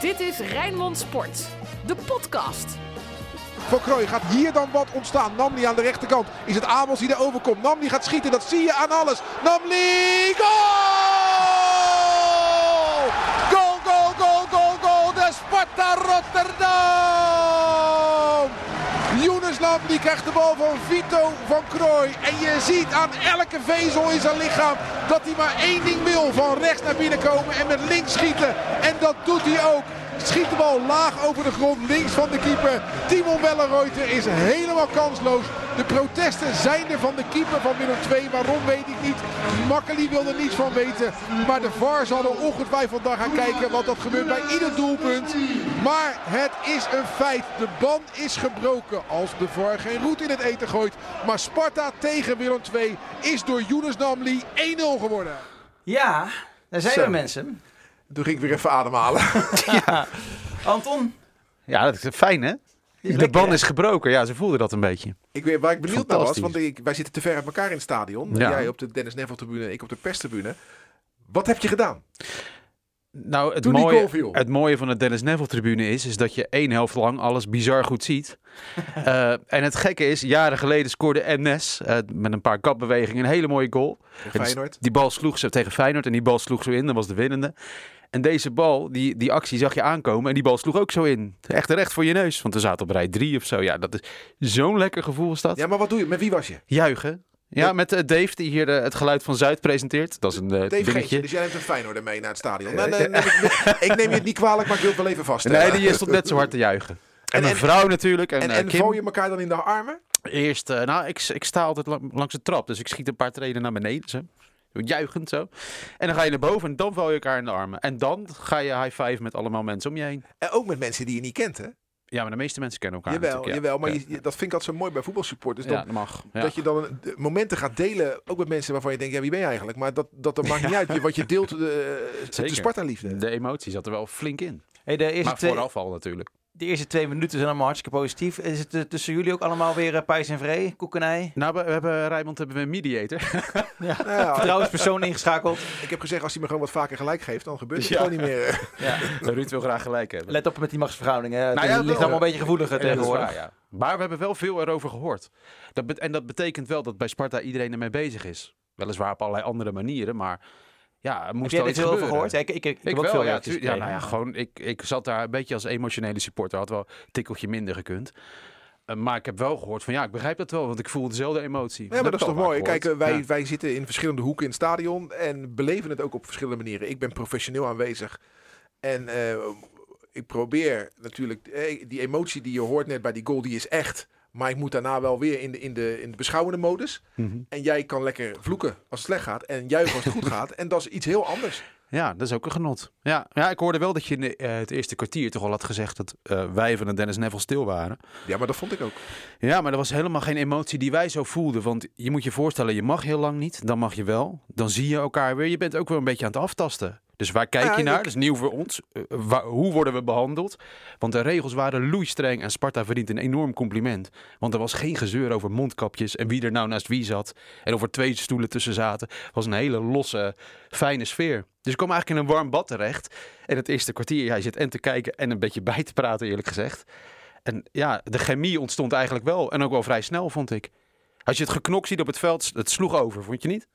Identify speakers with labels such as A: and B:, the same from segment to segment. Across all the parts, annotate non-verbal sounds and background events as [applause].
A: Dit is Rijnmond Sport, de podcast.
B: Van Krooi gaat hier dan wat ontstaan. Namli aan de rechterkant. Is het Abels die daar overkomt? Namli gaat schieten. Dat zie je aan alles. Namli. Goal! Goal, goal, goal, goal, goal. De Sparta Rotterdam. Younes Namli krijgt de bal van Vito van Krooi. En je ziet aan elke vezel in zijn lichaam dat hij maar één ding wil. Van rechts naar binnen komen en met links schieten. En dat doet hij ook. Schiet de bal laag over de grond, links van de keeper. Timon Wellenreuter is helemaal kansloos. De protesten zijn er van de keeper van Willem 2. Waarom weet ik niet. Makkeli wil er niets van weten. Maar de VAR zal er ongetwijfeld naar gaan kijken. Want dat gebeurt bij ieder doelpunt. Maar het is een feit. De ban is gebroken als de VAR geen roet in het eten gooit. Maar Sparta tegen Willem 2 is door Younes Namli 1-0 geworden.
C: Ja, daar zijn
D: Zo.
C: we mensen.
D: Toen ging ik weer even ademhalen. [laughs]
C: Anton,
E: Ja, dat is fijn hè? De
C: lekker,
E: ban
C: hè?
E: is gebroken. Ja, ze voelden dat een beetje.
D: ik weet, waar ik benieuwd naar was,
E: Fantastisch.
D: want ik, wij zitten te ver uit elkaar in het stadion.
E: Ja.
D: Jij op de Dennis Neville tribune, ik op de perstribune. Wat heb je gedaan?
E: Nou, het
D: Toen die goal
E: mooie,
D: viel.
E: het mooie van de Dennis Neville tribune is, is dat je één helft lang alles bizar
D: [laughs]
E: goed ziet. Eh, en het gekke is, jaren geleden scoorde NS eh, met een paar kapbewegingen een hele mooie goal. Het is-
D: Feyenoord.
E: Die bal sloeg ze tegen Feyenoord en die bal sloeg zo in. Dat was de winnende. En deze bal, die, die actie zag je aankomen en die bal sloeg ook zo in. Echt recht voor je neus, want we zaten op rij 3 of zo. Ja, dat is zo'n lekker gevoel is dat.
D: Ja, maar wat doe je? Met wie was je?
E: Juichen. Ja,
D: Ja.
E: met eh, Dave die hier eh, het geluid van Zuid presenteert. Dat is een eh,
D: Dave Geetje.
E: dingetje. Eh,
D: Dus jij neemt een Feyenoorder mee naar het stadion. Nou, nee, nee,
E: [laughs]
D: ik- ik neem je het niet kwalijk, maar ik wil het wel even vaststellen.
E: Nee, die eh, stond net zo hard te juichen. En,
D: En-
E: mijn
D: en-
E: vrouw natuurlijk. En,
D: En,
E: eh,
D: en
E: Kim.
D: vouw je elkaar dan in de armen?
E: Eerst, eh, nou, ik, ik sta altijd lang- langs de trap. Dus ik schiet een paar treden naar beneden. Zo. Zo Juichend zo. En dan ga je naar boven en dan val je elkaar in de armen. En dan ga je high five met allemaal mensen om je heen.
D: En Eh, ook met mensen die je niet kent, hè?
E: Ja, maar de meeste mensen kennen elkaar
D: jawel,
E: natuurlijk. ja.
D: jawel. Maar
E: Ja.
D: je- je- dat vind ik altijd zo mooi bij voetbalsupporters.
E: Ja,
D: Dan,
E: dat mag. Ja.
D: Dat je dan een- de- momenten gaat delen, ook met mensen waarvan je denkt, ja, wie ben je eigenlijk? Maar dat, dat, dat maakt niet uit, je- want je
E: [laughs]
D: deelt eh, de, de
E: Zeker.
D: Sparta-liefde.
E: De emotie zat er wel flink in.
C: hey, de, eerste
E: Maar
D: eh,
C: twee,
E: vooraf al natuurlijk.
C: de eerste twee minuten zijn allemaal hartstikke positief. Is het eh, tussen jullie ook allemaal weer eh, pijs en vree, [laughs] koekenij?
E: Nou, we, we hebben, Rijmond hebben we een mediator. [laughs]
D: Nou ja,
C: Vertrouwenspersoon ingeschakeld.
D: Ik heb gezegd, als hij me gewoon wat vaker gelijk geeft, dan gebeurt het
E: Ja.
D: gewoon niet meer.
C: Ja.
E: Ruud wil graag gelijk hebben.
C: Let op met die machtsverhoudingen. hè. Het
E: Nou ja,
C: ligt
E: wel,
C: allemaal
E: eh,
C: een beetje gevoeliger
E: Ja, dat is
C: tegenwoordig.
E: waar, ja. Maar we hebben wel veel erover gehoord. Dat bet- en dat betekent wel dat bij Sparta iedereen ermee bezig is. Weliswaar op allerlei andere manieren, maar ja, er
C: Heb
E: moest
C: jij
E: al
C: er
E: iets
C: veel over
E: gebeuren.
C: gehoord? Ja, Ik, ik, ik,
E: Ik
C: heb ook veel
E: wel, ja,
C: reacties
E: tuur- ja, nou
C: gekregen.
E: ja, gewoon, ik, ik zat daar een beetje als emotionele supporter. Had wel een tikkeltje minder gekund. Eh, maar ik heb wel gehoord van ja, ik begrijp dat wel, want ik voel dezelfde emotie.
D: Ja, maar dat is toch mooi. Kijk, eh, wij,
E: Ja.
D: wij zitten in verschillende hoeken in het stadion en beleven het ook op verschillende manieren. Ik ben professioneel aanwezig en eh, ik probeer natuurlijk, eh, die emotie die je hoort net bij die goal, die is echt. Maar ik moet daarna wel weer in de, in de, in de beschouwende modus. En jij kan lekker vloeken als het slecht gaat en juichen als het goed gaat. En dat is iets heel anders.
E: Ja, dat is ook een genot. Ja, ja ik hoorde wel dat je in de, eh, het eerste kwartier toch al had gezegd dat eh, wij van de Dennis Neville stil waren.
D: Ja, maar dat vond ik ook.
E: Ja, maar dat was helemaal geen emotie die wij zo voelden. Want je moet je voorstellen, je mag heel lang niet. Dan mag je wel. Dan zie je elkaar weer. Je bent ook weer een beetje aan het aftasten. Dus waar kijk
D: Ja,
E: je naar?
D: ik-
E: Dat is nieuw voor ons. Eh, wa- hoe worden we behandeld? Want de regels waren loeistreng en Sparta verdient een enorm compliment. Want er was geen gezeur over mondkapjes en wie er nou naast wie zat. En of er twee stoelen tussen zaten. Het was een hele losse, fijne sfeer. Dus ik kwam eigenlijk in een warm bad terecht. En het eerste kwartier, ja, je zit en te kijken en een beetje bij te praten eerlijk gezegd. En ja, de chemie ontstond eigenlijk wel. En ook wel vrij snel, vond ik. Als je het geknok ziet op het veld, het sloeg over, vond je niet?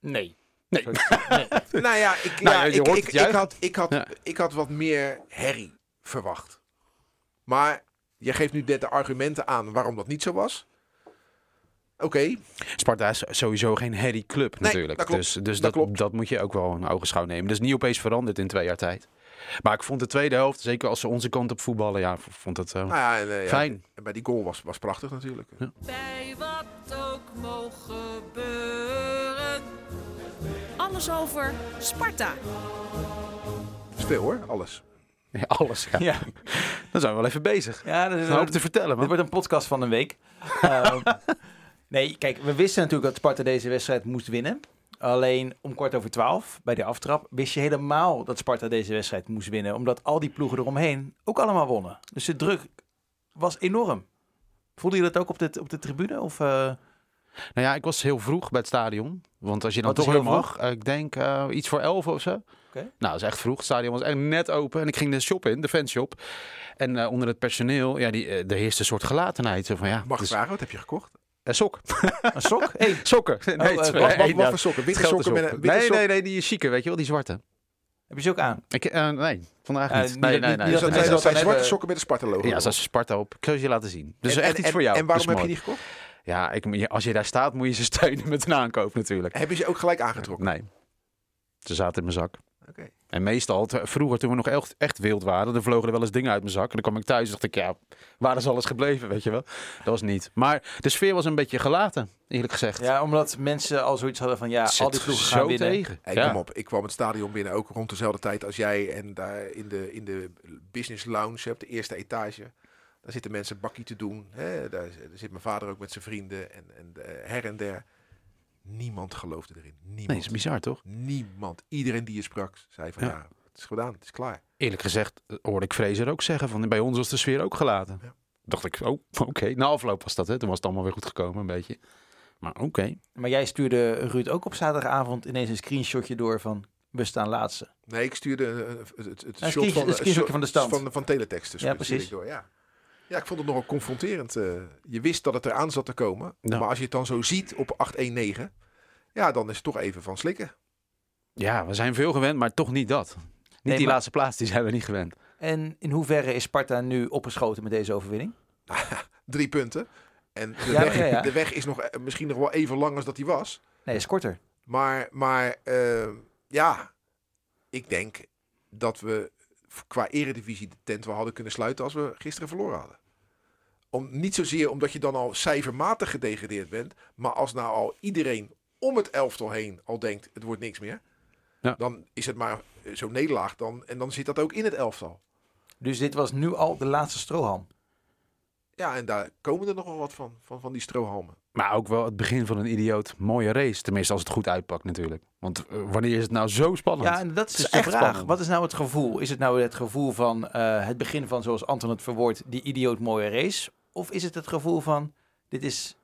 C: Nee.
E: Nee. [laughs]
D: Nou ja, ik,
E: Nou,
D: ja,
E: je
D: ik,
E: hoort
D: ik, ik
E: het juichen.
D: had, ik, had,
E: Ja.
D: ik had wat meer herrie verwacht. Maar je geeft nu net de argumenten aan waarom dat niet zo was. Oké, nou
E: Sparta is sowieso geen herrie club natuurlijk.
D: dat klopt.
E: Dus, dus
D: Dat
E: dat, dat,
D: klopt.
E: moet je ook wel in ogenschouw nemen. Dat is niet opeens veranderd in twee jaar tijd. Maar ik vond de tweede helft, zeker als ze onze kant op voetballen, ja, v- vond het eh,
D: nou ja, en, eh, ja,
E: fijn.
D: en bij die goal was, was prachtig natuurlijk.
A: Bij wat ook mogen gebeuren. Alles over Sparta.
D: Dat is veel hoor, alles.
E: Ja, [laughs] alles, ja.
C: Ja,
E: Dan zijn we wel even bezig.
C: ja dat is
E: Een hoop te vertellen,
C: Dit
E: man.
C: wordt een podcast van een [laughs] week. Ehm, nee, kijk, we wisten natuurlijk dat Sparta deze wedstrijd moest winnen. Alleen om kwart over twaalf, bij de aftrap, wist je helemaal dat Sparta deze wedstrijd moest winnen. Omdat al die ploegen eromheen ook allemaal wonnen. Dus de druk was enorm. Voelde je dat ook op de, op de tribune? Of, eh,
E: Nou ja, ik was heel vroeg bij het stadion. Want als je dan
D: Oh,
C: Wat is
E: toch weer
C: heel
E: mag, eh, ik denk eh, iets voor elf of zo.
C: Oké,
E: Nou, dat is echt vroeg. Het stadion was echt net open. En ik ging de shop in, de fanshop. En eh, onder het personeel, ja, die, eh, er heerste een soort gelatenheid. Zo van, ja,
D: Mag ik
E: het is-
D: vragen, wat heb je gekocht?
E: eh, sok.
C: Een [laughs] sok? Hey,
E: [laughs]
D: Oh,
E: Sokken. Nee,
C: eh,
E: twee-
C: wat-
D: Wat,
E: één,
D: wat,
E: ja.
D: wat voor sokken? Witte
E: Hetzelfde
D: sokken met een
E: sok.
D: witte
E: Nee,
D: sok?
E: nee, nee, die chique, weet je wel, die zwarte.
C: heb je ze ook aan?
E: Ik, eh, nee, vandaag
C: Eh,
E: niet.
C: niet-
E: Nee,
C: niet-
E: nee,
C: niet
E: nee.
C: dat
D: Dat
C: mensen
D: zijn, dat zijn
C: hebben-
D: zwarte sokken met een Sparta-logo.
E: eh, Ja, zoals Sparta op. Ik zal ze je laten zien. Dus
D: En-
E: echt
D: en-
E: iets voor
D: en-
E: jou.
D: En waarom
E: Dus
D: heb je
E: mooi.
D: die gekocht?
E: Ja, ik, je- als je daar staat, moet je ze steunen met een aankoop natuurlijk.
D: Heb je ze ook gelijk aangetrokken?
E: Nee. Ze zaten in mijn zak.
D: Oké.
E: En meestal, te- vroeger toen we nog echt, echt wild waren, dan vlogen er wel eens dingen uit mijn zak. En dan kwam ik thuis en dacht ik, ja, waar is alles gebleven, weet je wel? Dat was niet. Maar de sfeer was een beetje gelaten, eerlijk gezegd.
C: Ja, omdat mensen al zoiets hadden van ja,
E: Het
C: al die
E: zit
C: ploegen
E: zo
C: gaan winnen.
E: tegen.
D: Hey,
E: ja.
D: kom op. Ik kwam het stadion binnen ook rond dezelfde tijd als jij. En daar in de, in de business lounge op de eerste etage. Daar zitten mensen een bakkie te doen. Hè? Daar, daar zit mijn vader ook met zijn vrienden. En, en eh, her en der. Niemand geloofde erin.
E: Nee,
D: Niemand.
E: is bizar toch?
D: Niemand. Iedereen die je sprak zei van
E: Ja.
D: ja. het is gedaan. Het is klaar.
E: Eerlijk gezegd eh, hoorde ik Fraser ook zeggen van, bij ons was de sfeer ook gelaten.
D: Ja.
E: Dacht ik, oh, [laughs] oké. Na afloop was dat, hè. Toen was het allemaal weer goed gekomen, een beetje. Maar oké.
C: Maar jij stuurde Ruud ook op zaterdagavond ineens een screenshotje door van we staan laatste.
D: Nee, ik stuurde eh, eh, het, het, het
C: Een
D: shot
C: screen-
D: van,
C: een screenshotje
D: shot
C: van de stand.
D: Van, van teletext. Dus
C: Ja,
D: stuurde ik
C: precies.
D: Door, ja. ja, ik vond het nogal confronterend. eh. je wist dat het eraan zat te komen.
E: Ja.
D: Maar als je het dan zo ziet op 819, ja, dan is het toch even van slikken.
E: Ja, we zijn veel gewend, maar toch niet dat. Niet die
C: maar-
E: laatste plaats, die zijn we niet gewend.
C: En in hoeverre is Sparta nu opgeschoten met deze overwinning?
D: Drie punten. En de,
C: Ja,
D: weg,
C: ja, ja.
D: de weg is nog, eh, misschien nog wel even lang als dat die was.
C: Nee, is korter.
D: Maar, maar eh, ja, ik denk dat we qua eredivisie de tent wel hadden kunnen sluiten als we gisteren verloren hadden. Om, niet zozeer omdat je dan al cijfermatig gedegradeerd bent, maar als nou al iedereen om het elftal heen al denkt het wordt niks meer,
E: Ja.
D: dan is het maar eh, zo'n nederlaag dan en dan zit dat ook in het elftal.
C: Dus dit was nu al de laatste strohalm.
D: Ja, en daar komen er nogal wat van, van, van die strohalmen.
E: Maar ook wel het begin van een idioot mooie race. Tenminste, als het goed uitpakt natuurlijk. Want eh, wanneer is het nou zo spannend?
C: Ja, en dat is,
E: Het
C: dus
E: is
C: de
E: echt
C: vraag.
E: spannend.
C: Wat is nou het gevoel? Is het nou het gevoel van eh, het begin van, zoals Anton het verwoordt, die idioot mooie race? Of is het het gevoel van, dit is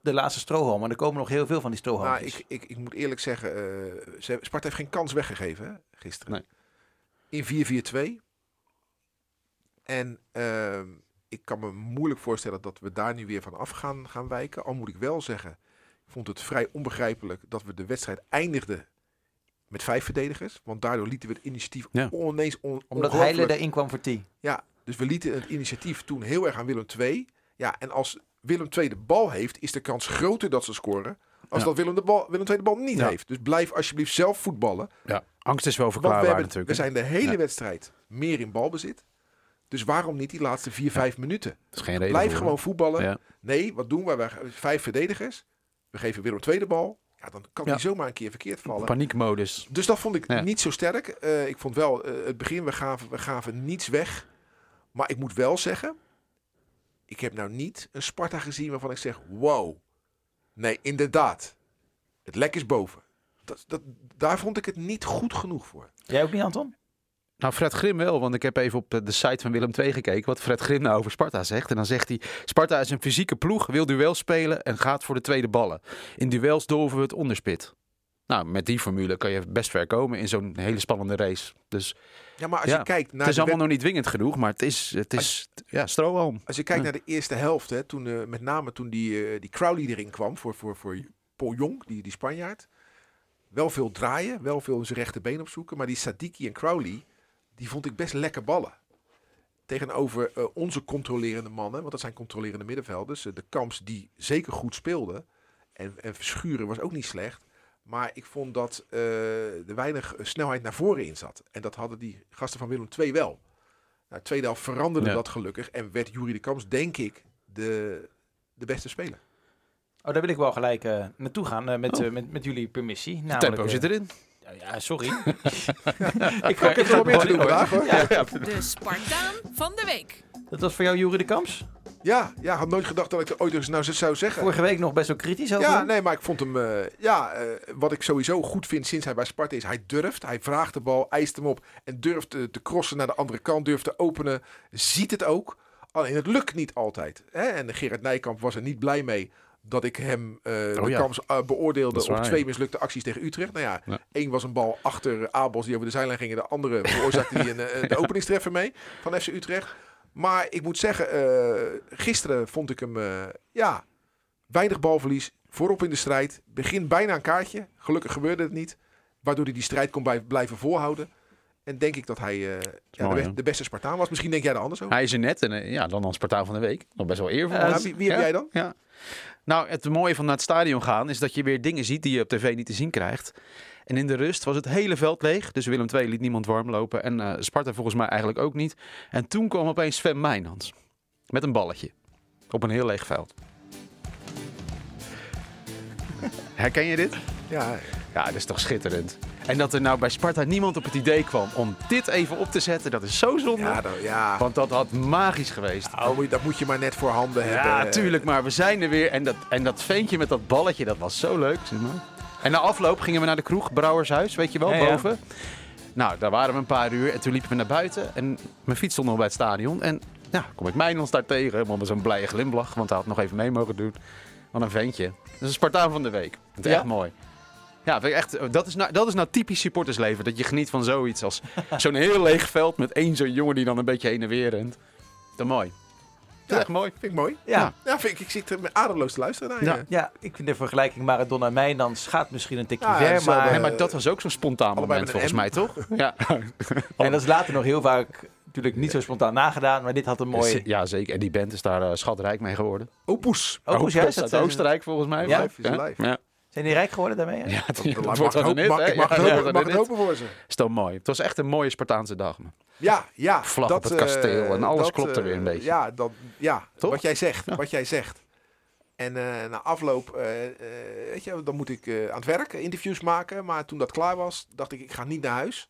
C: de laatste strohalm, maar er komen nog heel veel van die
D: Nou,
C: strohalmpjes.
D: ik, ik, ik moet eerlijk zeggen, eh, ze, Sparta heeft geen kans weggegeven hè, gisteren. In 4-4-2. En ehm, ik kan me moeilijk voorstellen dat we daar nu weer van af gaan, gaan wijken. Al moet ik wel zeggen, ik vond het vrij onbegrijpelijk dat we de wedstrijd eindigden met vijf verdedigers. Want daardoor lieten we het initiatief
E: Ja.
D: oneens on,
C: Omdat
D: ongelooflijk-
C: Heile daarin kwam voor 10.
D: ja, dus we lieten het initiatief toen heel erg aan Willem II. Ja, en als Willem II de bal heeft, is de kans groter dat ze scoren. Als
E: Ja.
D: dat Willem, de bal, Willem II de bal niet
E: Ja.
D: heeft. Dus blijf alsjeblieft zelf voetballen.
E: Ja, angst is wel
D: Want we,
E: verklaarbaar
D: hebben,
E: natuurlijk.
D: we
E: hè.
D: zijn de hele
E: Ja.
D: wedstrijd meer in balbezit. Dus waarom niet die laatste 4, 5 minuten?
E: Dat is geen reden
D: Blijf
E: voor,
D: gewoon voetballen.
E: Ja.
D: Nee, wat doen we? Wij Vijf verdedigers. We geven Willem II de bal. Ja, dan kan
E: Ja.
D: die zomaar een keer verkeerd vallen.
E: Paniekmodus.
D: Dus dat vond ik
E: Ja.
D: niet zo sterk. Eh, ik vond wel eh, het begin, we gaven, we gaven niets weg. Maar ik moet wel zeggen, ik heb nou niet een Sparta gezien waarvan ik zeg, wow. Nee, inderdaad. Het lek is boven. Dat, dat, daar vond ik het niet goed genoeg voor.
C: Jij ook niet, Anton?
E: Nou, Fred Grim wel, want ik heb even op de, de site van Willem II gekeken wat Fred Grim nou over Sparta zegt. En dan zegt hij, Sparta is een fysieke ploeg, wil duel spelen en gaat voor de tweede ballen. In duels dolven we het onderspit. Nou, met die formule kan je best ver komen in zo'n hele spannende race. Dus
D: Ja, maar als
E: Ja,
D: je kijkt naar
E: het is
D: de
E: allemaal
D: wed-
E: nog niet dwingend genoeg, maar het is, het is ja, strohalm.
D: Als je kijkt
E: Ja.
D: naar de eerste helft, hè, toen, eh, met name toen die, eh, die Crowley erin kwam voor, voor, voor Paul Jong, die, die Spanjaard. Wel veel draaien, wel veel zijn rechterbeen opzoeken. Maar die Sadiki en Crowley, die vond ik best lekker ballen. Tegenover eh, onze controlerende mannen, want dat zijn controlerende middenvelders. eh, de Kamps die zeker goed speelde. En, en Verschuren was ook niet slecht. Maar ik vond dat eh, er weinig eh, snelheid naar voren in zat. En dat hadden die gasten van Willem II wel. Nou, tweede helft veranderde
E: Ja.
D: dat gelukkig. En werd Jurie de Kamps, denk ik, de, de beste speler.
C: Oh, daar wil ik wel gelijk eh, naartoe gaan eh, met,
E: Oh.
C: eh, met, met jullie permissie.
E: Het
C: Namelijk,
E: tempo
C: eh,
E: zit erin.
C: ja, Ja,
D: [laughs]
C: sorry. [laughs] ik ga
D: heb er wel meer te doen vandaag, hoor.
C: Ja,
A: De Spartaan van de week.
C: dat was voor jou Jury de Kamps.
D: Ja, ja, had nooit gedacht dat ik er ooit eens nou zo- zou zeggen.
C: Vorige week nog best wel kritisch over.
D: Ja,
C: hem.
D: nee, maar ik vond hem... eh, ja, eh, wat ik sowieso goed vind sinds hij bij Sparta is... hij durft, hij vraagt de bal, eist hem op... en durft eh, te crossen naar de andere kant, durft te openen. Ziet het ook. Alleen het lukt niet altijd. Hè? En Gerard Nijkamp was er niet blij mee... dat ik hem eh de
E: Oh ja.
D: kans eh,
E: Dat
D: beoordeelde
E: is
D: op
E: waar,
D: twee
E: ja.
D: mislukte acties tegen Utrecht. Nou ja,
E: Ja.
D: één was een bal achter Abels die over de zijlijn ging. En de andere
E: [laughs]
D: veroorzaakte die een, eh, de openingstreffer mee van FC Utrecht. Maar ik moet zeggen, eh, gisteren vond ik hem eh, ja, weinig balverlies. Voorop in de strijd. Begin bijna een kaartje. Gelukkig gebeurde het niet. Waardoor hij die strijd kon bij, blijven voorhouden. En denk ik dat hij eh, ja,
E: mooi,
D: de,
E: hè?
D: be- de beste Spartaan was. Misschien denk jij er anders over.
E: Hij is er net en eh, ja, dan als Spartaan van de Week. Nog best wel eervol.
D: Ja, Eh, wie- wie heb jij dan?
E: Ja. Nou, het mooie van naar het stadion gaan is dat je weer dingen ziet die je op tv niet te zien krijgt. En in de rust was het hele veld leeg. Dus Willem II liet niemand warm lopen. En eh, Sparta volgens mij eigenlijk ook niet. En toen kwam opeens Sven Mijnans. Met een balletje. Op een heel
D: [laughs]
E: leeg veld. Herken je dit?
D: Ja,
E: Ja, dat is toch schitterend. En dat er nou bij Sparta niemand op het idee kwam om dit even op te zetten, dat is zo zonde.
D: ja, dan- ja.
E: Want dat had magisch geweest.
D: Oh, moet je- dat moet je maar net voor handen hebben.
E: Ja,
C: eh,
E: tuurlijk, maar we zijn er weer. En dat, en dat ventje met dat balletje, dat was zo leuk. Zeg maar. En na afloop gingen we naar de kroeg, Brouwershuis, weet je wel,
C: Ja, ja.
E: boven. Nou, daar waren we een paar uur en toen liepen we naar buiten. En mijn fiets stond nog bij het stadion. En nou, kom ik Mijnons daar tegen, helemaal met zo'n blije glimlach. Want hij had nog even mee mogen doen. Wat een ventje. Dat is een Spartaan van de week. Dat is
C: Ja?
E: echt mooi. Ja, vind ik echt, dat, is nou, dat is nou typisch supportersleven. Dat je geniet van zoiets
C: [laughs]
E: als zo'n heel leeg veld met één zo'n jongen die dan een beetje heen en weer rent. Dat is mooi. Dat
D: Ja.
E: is echt mooi.
D: Vind ik mooi.
C: Ja.
D: Ja, vind ik, ik zit er met adeloos te luisteren naar je.
E: Ja.
C: Ja, ik vind de vergelijking Maradona en Mijndans gaat misschien een tikje
D: Ja,
C: ver,
D: hetzelfde.
C: maar...
E: Nee, maar dat was ook zo'n spontaan
D: Eh, Allebei
E: moment
D: met
E: volgens
D: een
E: mij, toch? [laughs] Ja.
D: [laughs]
C: En dat is later nog heel vaak natuurlijk niet zo spontaan nagedaan, maar dit had een mooi...
E: [laughs] ja, zeker. En die band is daar eh, schatrijk mee geworden.
D: Opus.
C: Ook hoe
E: Opus uit Oostenrijk volgens mij.
C: Ja?
D: Live eh, is live.
E: [laughs] Ja.
C: Zijn die rijk geworden daarmee? hè?
E: Ja, die- dat
D: Mag-
E: wordt
D: mag
E: dan
D: hoop-
E: net,
D: mag-
E: hè?
D: ik mag
E: Ja,
D: het
E: dat
D: hopen-
E: wordt
D: mag
E: dan
D: het
E: net.
D: hopen voor ze.
E: Is toch mooi. Het was echt een mooie Spartaanse dag. Man.
D: Ja, ja.
E: Vlag op het
D: eh,
E: kasteel en alles klopt er
D: eh,
E: weer een beetje.
D: Ja, dat, ja
E: Toch?
D: wat jij zegt.
E: Ja.
D: Wat jij zegt. En eh, na afloop, eh, eh, weet je, dan moet ik eh, aan het werk eh, interviews maken. Maar toen dat klaar was, dacht ik, ik ga niet naar huis.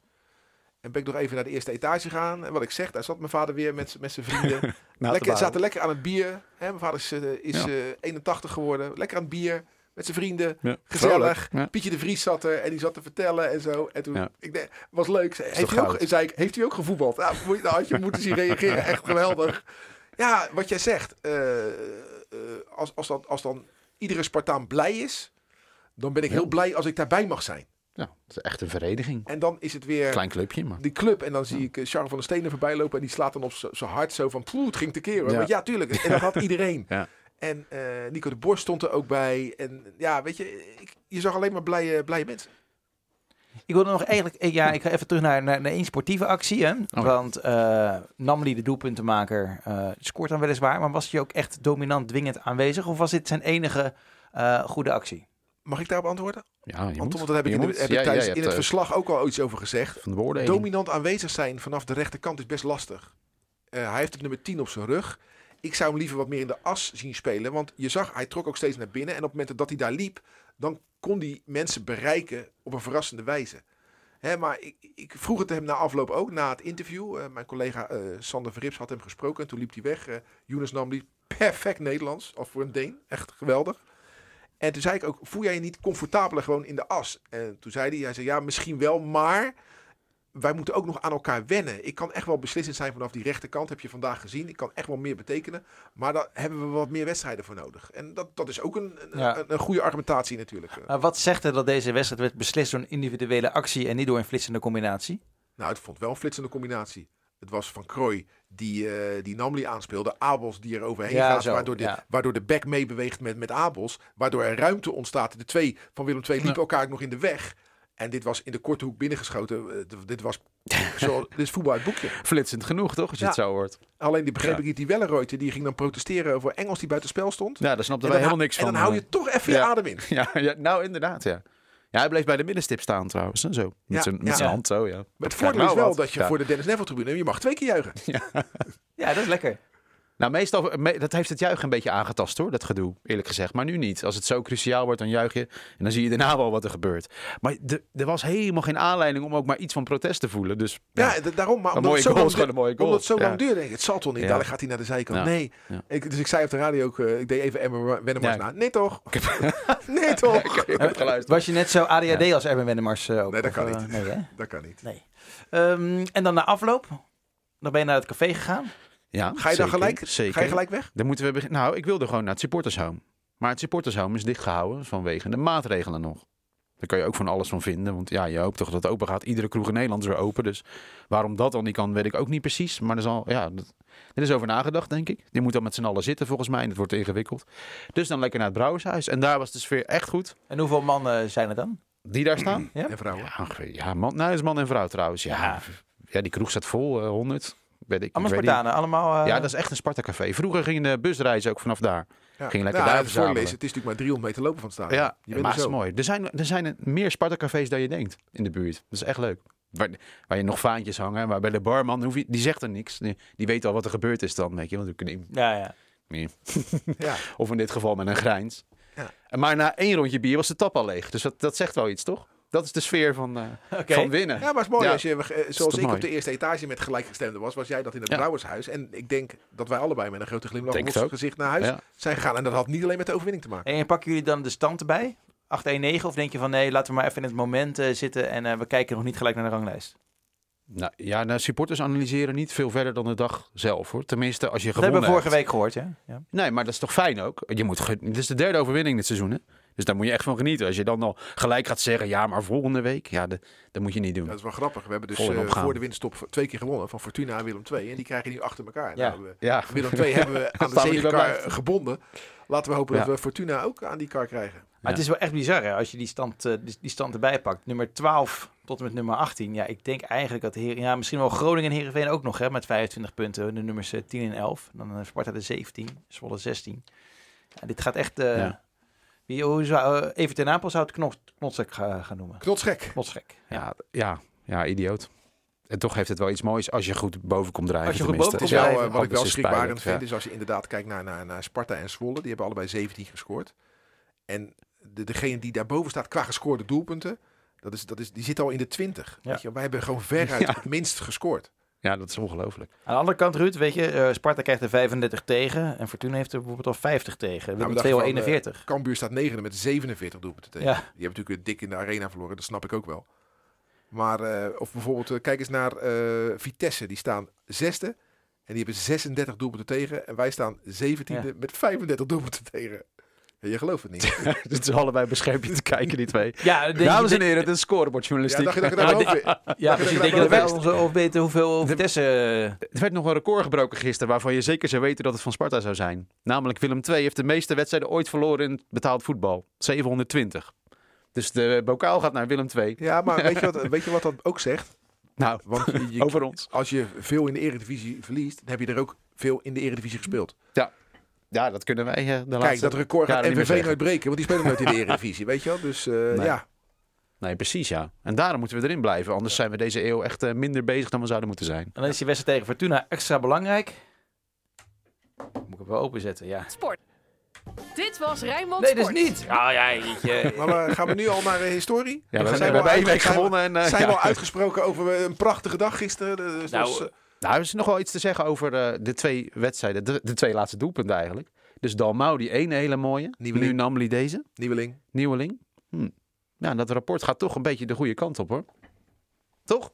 D: En ben ik nog even naar de eerste etage gegaan. En wat ik zeg, daar zat mijn vader weer met, z'n- met
E: [laughs]
D: zijn vrienden. lekker, zaten lekker aan het bier. Hè, mijn vader is, eh, is
E: Ja.
D: eh, 81 geworden. Lekker aan het bier. Met zijn vrienden.
E: Ja.
D: Gezellig.
E: Ja.
D: Pietje de Vries zat er en die zat te vertellen en zo. En toen,
E: Ja.
D: ik denk, was leuk. Ik zei, Heeft
E: toch
D: u ook,
E: goud?
D: zei ik, heeft u ook gevoetbald? Nou, moet, je- nou, had je moeten zien reageren. Echt geweldig. Ja, wat jij zegt. eh, eh, als, als, dan, als dan iedere Spartaan blij is, dan ben ik heel blij als ik daarbij mag zijn.
E: Ja, het is echt een vereniging.
D: En dan is het weer
E: Klein clubje, maar...
D: Eh, die club. En dan zie ik eh, Charles van der Stenen voorbij lopen. En die slaat dan op zijn hart zo van, poeh, het ging tekeer. hoor."
E: Ja.
D: Want ja, tuurlijk. En dat had iedereen.
E: [laughs] Ja.
D: En eh, Nico de Borst stond er ook bij. En ja, weet je, ik, je zag alleen maar blije, blije mensen.
C: Ik wilde nog eigenlijk, eh, ja, ik ga even terug naar, naar, naar één sportieve actie. Hè?
E: ja.
C: Want eh Namli, de doelpuntenmaker, eh, scoort dan weliswaar. Maar was hij ook echt dominant dwingend aanwezig? Of was dit zijn enige eh, goede actie?
D: Mag ik daarop antwoorden?
E: Ja, je
D: Anton,
E: moet.
D: want daar heb ik,
E: Je
D: in, de-
E: moet.
D: heb ik
E: Ja,
D: tijdens
E: jij
D: in
E: hebt,
D: het
E: eh,
D: verslag ook al iets over gezegd.
E: Van de woorden.
D: Dominant aanwezig zijn vanaf de rechterkant is best lastig. Eh, hij heeft het nummer 10 op zijn rug. Ik zou hem liever wat meer in de as zien spelen. Want je zag, hij trok ook steeds naar binnen. En op het moment dat hij daar liep, dan kon hij mensen bereiken op een verrassende wijze. Hè, maar ik, ik vroeg het hem na afloop ook, na het interview. Eh, mijn collega eh, Sander Verrips had hem gesproken. En toen liep hij weg. Eh Younes nam die perfect Nederlands. Of voor een Deen. Echt geweldig. En toen zei ik ook, voel jij je niet comfortabeler gewoon in de as? En toen zei hij, hij zei ja, misschien wel, maar wij moeten ook nog aan elkaar wennen. Ik kan echt wel beslissend zijn vanaf die rechterkant, heb je vandaag gezien. Ik kan echt wel meer betekenen, maar daar hebben we wat meer wedstrijden voor nodig. En dat, dat is ook een, een,
C: Ja.
D: een, een goede argumentatie natuurlijk. eh.
C: Maar wat zegt er dat deze wedstrijd werd beslist door een individuele actie en niet door een flitsende combinatie?
D: Nou, het vond wel een flitsende combinatie. Het was Van Krooi die, eh, die Namli aanspeelde. Abels die er overheen
C: Ja,
D: gaat.
C: zo,
D: waardoor, de,
C: ja.
D: waardoor de back meebeweegt met, met Abels. Waardoor er ruimte ontstaat. De twee van Willem II liepen elkaar ook nog in de weg. En dit was in de korte hoek binnensgeschoten. Eh, d- dit was [laughs] zo, dit is voetbal uit het boekje.
E: Flitsend genoeg, toch? Als je
D: Ja.
E: het zo hoort.
D: Alleen die begreep
E: Ja.
D: ik niet. Die Welleroyte die ging dan protesteren over Engels die buitenspel stond.
E: Ja, daar snapten
D: en
E: wij
D: dan,
E: helemaal
D: hou-
E: niks van. eh,
D: en dan hou je toch even
E: Ja.
D: je adem in.
E: Ja, ja, nou inderdaad, ja. Ja, hij bleef bij de middenstip staan trouwens. hè, Zo. Met
D: Ja,
E: zijn met
D: ja.
E: zijn hand zo, ja.
D: Maar het
E: Kijk,
D: voordeel
E: nou
D: is wel
E: wat.
D: dat je
E: Ja.
D: voor de Dennis Neville tribune... je mag twee keer juichen.
C: Ja, dat is lekker.
E: Nou, meestal, me- dat heeft het juichen een beetje aangetast hoor, dat gedoe, eerlijk gezegd. Maar nu niet. Als het zo cruciaal wordt, dan juich je en dan zie je daarna wel wat er gebeurt. Maar de- er was helemaal geen aanleiding om ook maar iets van protest te voelen. Dus ja,
D: Ja, d- daarom. Maar
E: een
D: omdat
E: mooie
D: het zo
E: goal
D: lang
E: is gewoon een mooie goal.
D: Omdat het zo
E: Ja.
D: lang duurde, denk ik, het zal toch niet.
E: Ja.
D: Dadelijk gaat hij naar de zijkant.
E: Ja.
D: Nee.
E: Ja.
D: Ik, dus ik zei op de radio ook, eh, ik deed even Emma Wennemars
E: Ja.
D: na. Nee toch? [laughs] nee toch?
E: [laughs] ik heb geluisterd.
C: Was je net zo ADHD als Erwin Wennemars? eh, ook?
D: Nee, dat
C: Of,
D: kan
C: eh,
D: niet.
C: [laughs] nee, hè?
D: Dat kan niet.
C: Ehm, en dan na afloop, dan ben je naar het café gegaan.
E: Ja,
D: Ga je
E: zeker,
D: dan gelijk,
E: Zeker.
D: Ga je gelijk weg?
E: Dan moeten we beginnen. Nou, ik wilde gewoon naar het supporters home. Maar het supportershuis is dichtgehouden vanwege de maatregelen nog. Daar kan je ook van alles van vinden. Want ja, je hoopt toch dat het open gaat. Iedere kroeg in Nederland is weer open. Dus waarom dat dan niet kan, weet ik ook niet precies. Maar er is al, ja, dat, er is over nagedacht, denk ik. Je moet dan met z'n allen zitten, volgens mij. En het wordt ingewikkeld. Dus dan lekker naar het Brouwershuis. En daar was de sfeer echt goed.
C: En hoeveel mannen zijn er dan?
E: Die daar
C: [clears throat]
E: staan.
D: En vrouwen.
E: Ja, ongeveer- ja man, nou, dat is man en vrouw trouwens. Ja, ja. die kroeg staat vol, eh, 100. Weet ik,
C: Allemaal
E: ik weet niet.
C: Spartanen, allemaal... eh,
E: Ja, dat is echt een Sparta-café. Vroeger ging de busreizen ook vanaf daar.
D: Ja.
E: Ging lekker
D: Nou,
E: daar
D: het
E: verzamelen.
D: voorlezen, het is natuurlijk maar 300 meter lopen van het stadion.
E: Ja,
D: Je bent
E: maar
D: er
E: het is
D: zo.
E: mooi. Er zijn, er zijn meer Sparta-cafés dan je denkt in de buurt. Dat is echt leuk. Waar, waar je nog vaantjes hangen, waar bij de barman, hoef je, die zegt er niks. Die, die weet al wat er gebeurd is dan, weet je. Want ik neem-
C: Ja, ja.
E: nee.
D: Ja.
E: Of in dit geval met een grijns.
D: Ja.
E: En Maar na één rondje bier was de tap al leeg. Dus dat, dat zegt wel iets, toch? Dat is de sfeer van, eh,
C: Oké.
E: van winnen.
D: Ja, maar het is mooi
E: Ja.
D: als je, eh,
E: toch
D: zoals ik
E: mooi?
D: op de eerste etage met gelijkgestemden was, was jij dat in het
E: Ja.
D: Brouwershuis. En ik denk dat wij allebei met een grote glimlach
E: Denk
D: op
E: het
D: ons
E: ook.
D: gezicht naar huis
E: Ja.
D: zijn gegaan. En dat had niet alleen met de overwinning te maken.
C: En pakken jullie dan de stand erbij? 8-1-9? Of denk je van nee, laten we maar even in het moment eh, zitten en eh, we kijken nog niet gelijk naar de ranglijst?
E: Nou, ja, nou, supporters analyseren niet veel verder dan de dag zelf, hoor. Tenminste, als je
C: Dat
E: gewonnen
C: hebben we vorige
E: hebt.
C: week gehoord, ja? ja.
E: Nee, maar dat is toch fijn ook? Je moet ge- Dit is de derde overwinning dit seizoen, hè? Dus daar moet je echt van genieten. Als je dan al gelijk gaat zeggen, ja, maar volgende week, ja, de- dat moet je niet doen.
D: Dat is wel grappig. We hebben dus
E: Volgende
D: eh,
E: Hm. opgaan.
D: voor de winststop twee keer gewonnen. Van Fortuna en Willem II. En die krijgen nu achter elkaar.
C: Ja.
D: Nou,
E: [laughs]
D: we-
E: Ja,
D: Willem II hebben we aan de
E: Staan we niet bij
D: zegenkar
E: blijven.
D: gebonden. Laten we hopen
E: Ja.
D: dat we Fortuna ook aan die kar krijgen.
C: Maar het is wel echt bizar hè, als je die stand, eh, die, die stand erbij pakt. Nummer 12 tot en met nummer 18. Ja, ik denk eigenlijk dat Heer, ja, misschien wel Groningen en Heerenveen ook nog hè, met 25 punten. De nummers eh, 10 en 11. Dan eh, Sparta de 17, Zwolle 16. Ja, dit gaat echt... eh,
E: Ja.
C: Wie, hoe zou, eh, even ten Apel zou het knot, knotsek ga- gaan noemen.
D: Knotsgek.
C: Knotsgek. Ja.
E: ja, ja, ja, idioot. En toch heeft het wel iets moois als je goed boven komt drijven.
C: Als je goed
E: tenminste.
D: Het
C: boven
D: is wel,
C: Ja,
D: eh,
C: even
D: wat ik wel
E: Anders is het
D: schrikbarend
E: pijnlijk,
D: vind, is als je inderdaad kijkt naar, naar, naar Sparta en Zwolle. Die hebben allebei 17 gescoord. En de, degene die daarboven staat qua gescoorde doelpunten, dat is, dat is, die zit al in de 20.
C: Ja.
D: Weet je, wij hebben gewoon veruit
E: [laughs] Ja.
D: het minst gescoord.
E: ja. ja, dat is ongelooflijk. [laughs]
C: Aan de andere kant, Ruud, weet je, eh, Sparta krijgt er 35 tegen. En Fortuna heeft er bijvoorbeeld al 50 tegen. Willem
D: we
C: II al
D: dachten van, eh,
C: 41.
D: Cambuur staat negende met 47 doelpunten tegen.
C: Ja.
D: Die hebben natuurlijk eh, dik in de arena verloren, dat snap ik ook wel. Maar, eh, of bijvoorbeeld, eh, kijk eens naar eh, Vitesse. Die staan zesde en die hebben 36 doelpunten tegen. En wij staan 17e met 35 doelpunten tegen. Ja, je gelooft het niet.
E: Het is allebei beschermd te kijken, die
D: [laughs]
E: twee.
C: Ja, de-
E: Dames en
C: de-
E: heren, dit is
D: Ja,
E: scorebordjournalistiek.
D: dacht je dat ik nou het daarover-
C: Ja,
D: dat
C: precies.
D: ik
C: Denk je dat
D: dat
C: wij
D: wel-
C: onze, of weten hoeveel Vitesse... eh,
E: Er werd nog een record gebroken gisteren waarvan je zeker zou weten dat het van Sparta zou zijn. Namelijk Willem II heeft de meeste wedstrijden ooit verloren in betaald voetbal. 720. Dus de bokaal gaat naar Willem II.
D: ja, maar weet je, wat, weet je wat dat ook zegt?
E: Nou, [laughs]
D: Want je- je-
E: over ons.
D: als je veel in de Eredivisie verliest, dan heb je er ook veel in de Eredivisie gespeeld.
E: Ja, dat kunnen wij eh, de
D: Kijk,
E: laatste
D: dat record gaat
E: jaren niet meer
D: MVV nooit
E: zeggen.
D: breken, want die spelen nooit in de Eredivisie, weet je wel? Dus eh,
E: Nee.
D: ja,
E: Nee, precies ja. En daarom moeten we erin blijven. Anders zijn we deze eeuw echt eh, minder bezig dan we zouden moeten zijn.
C: En dan is die wedstrijd tegen Fortuna extra belangrijk. Moet ik hem wel openzetten, ja.
A: Sport. Dit was Rijnmond
C: Nee, dat
A: Sport.
C: is niet. Ah ja, [laughs] jeetje.
D: Maar we, gaan we nu al naar de historie?
E: Ja, we,
D: zijn
E: we
D: wel
E: hebben één week
D: uitge- zijn
E: gewonnen. En, eh,
D: we- Zijn
E: ja.
D: we al uitgesproken over eh, een prachtige dag gisteren? Dus
C: Nou,
D: dat was, eh,
E: Nou, er is nog wel iets te zeggen over eh, de twee wedstrijden. De, de twee laatste doelpunten eigenlijk. Dus Dalmau, die ene hele mooie.
D: Nieuweling.
E: Nu Namli deze.
D: nieuweling.
E: Nieuweling. Hm. Ja, dat rapport gaat toch een beetje de goede kant op, hoor. Toch?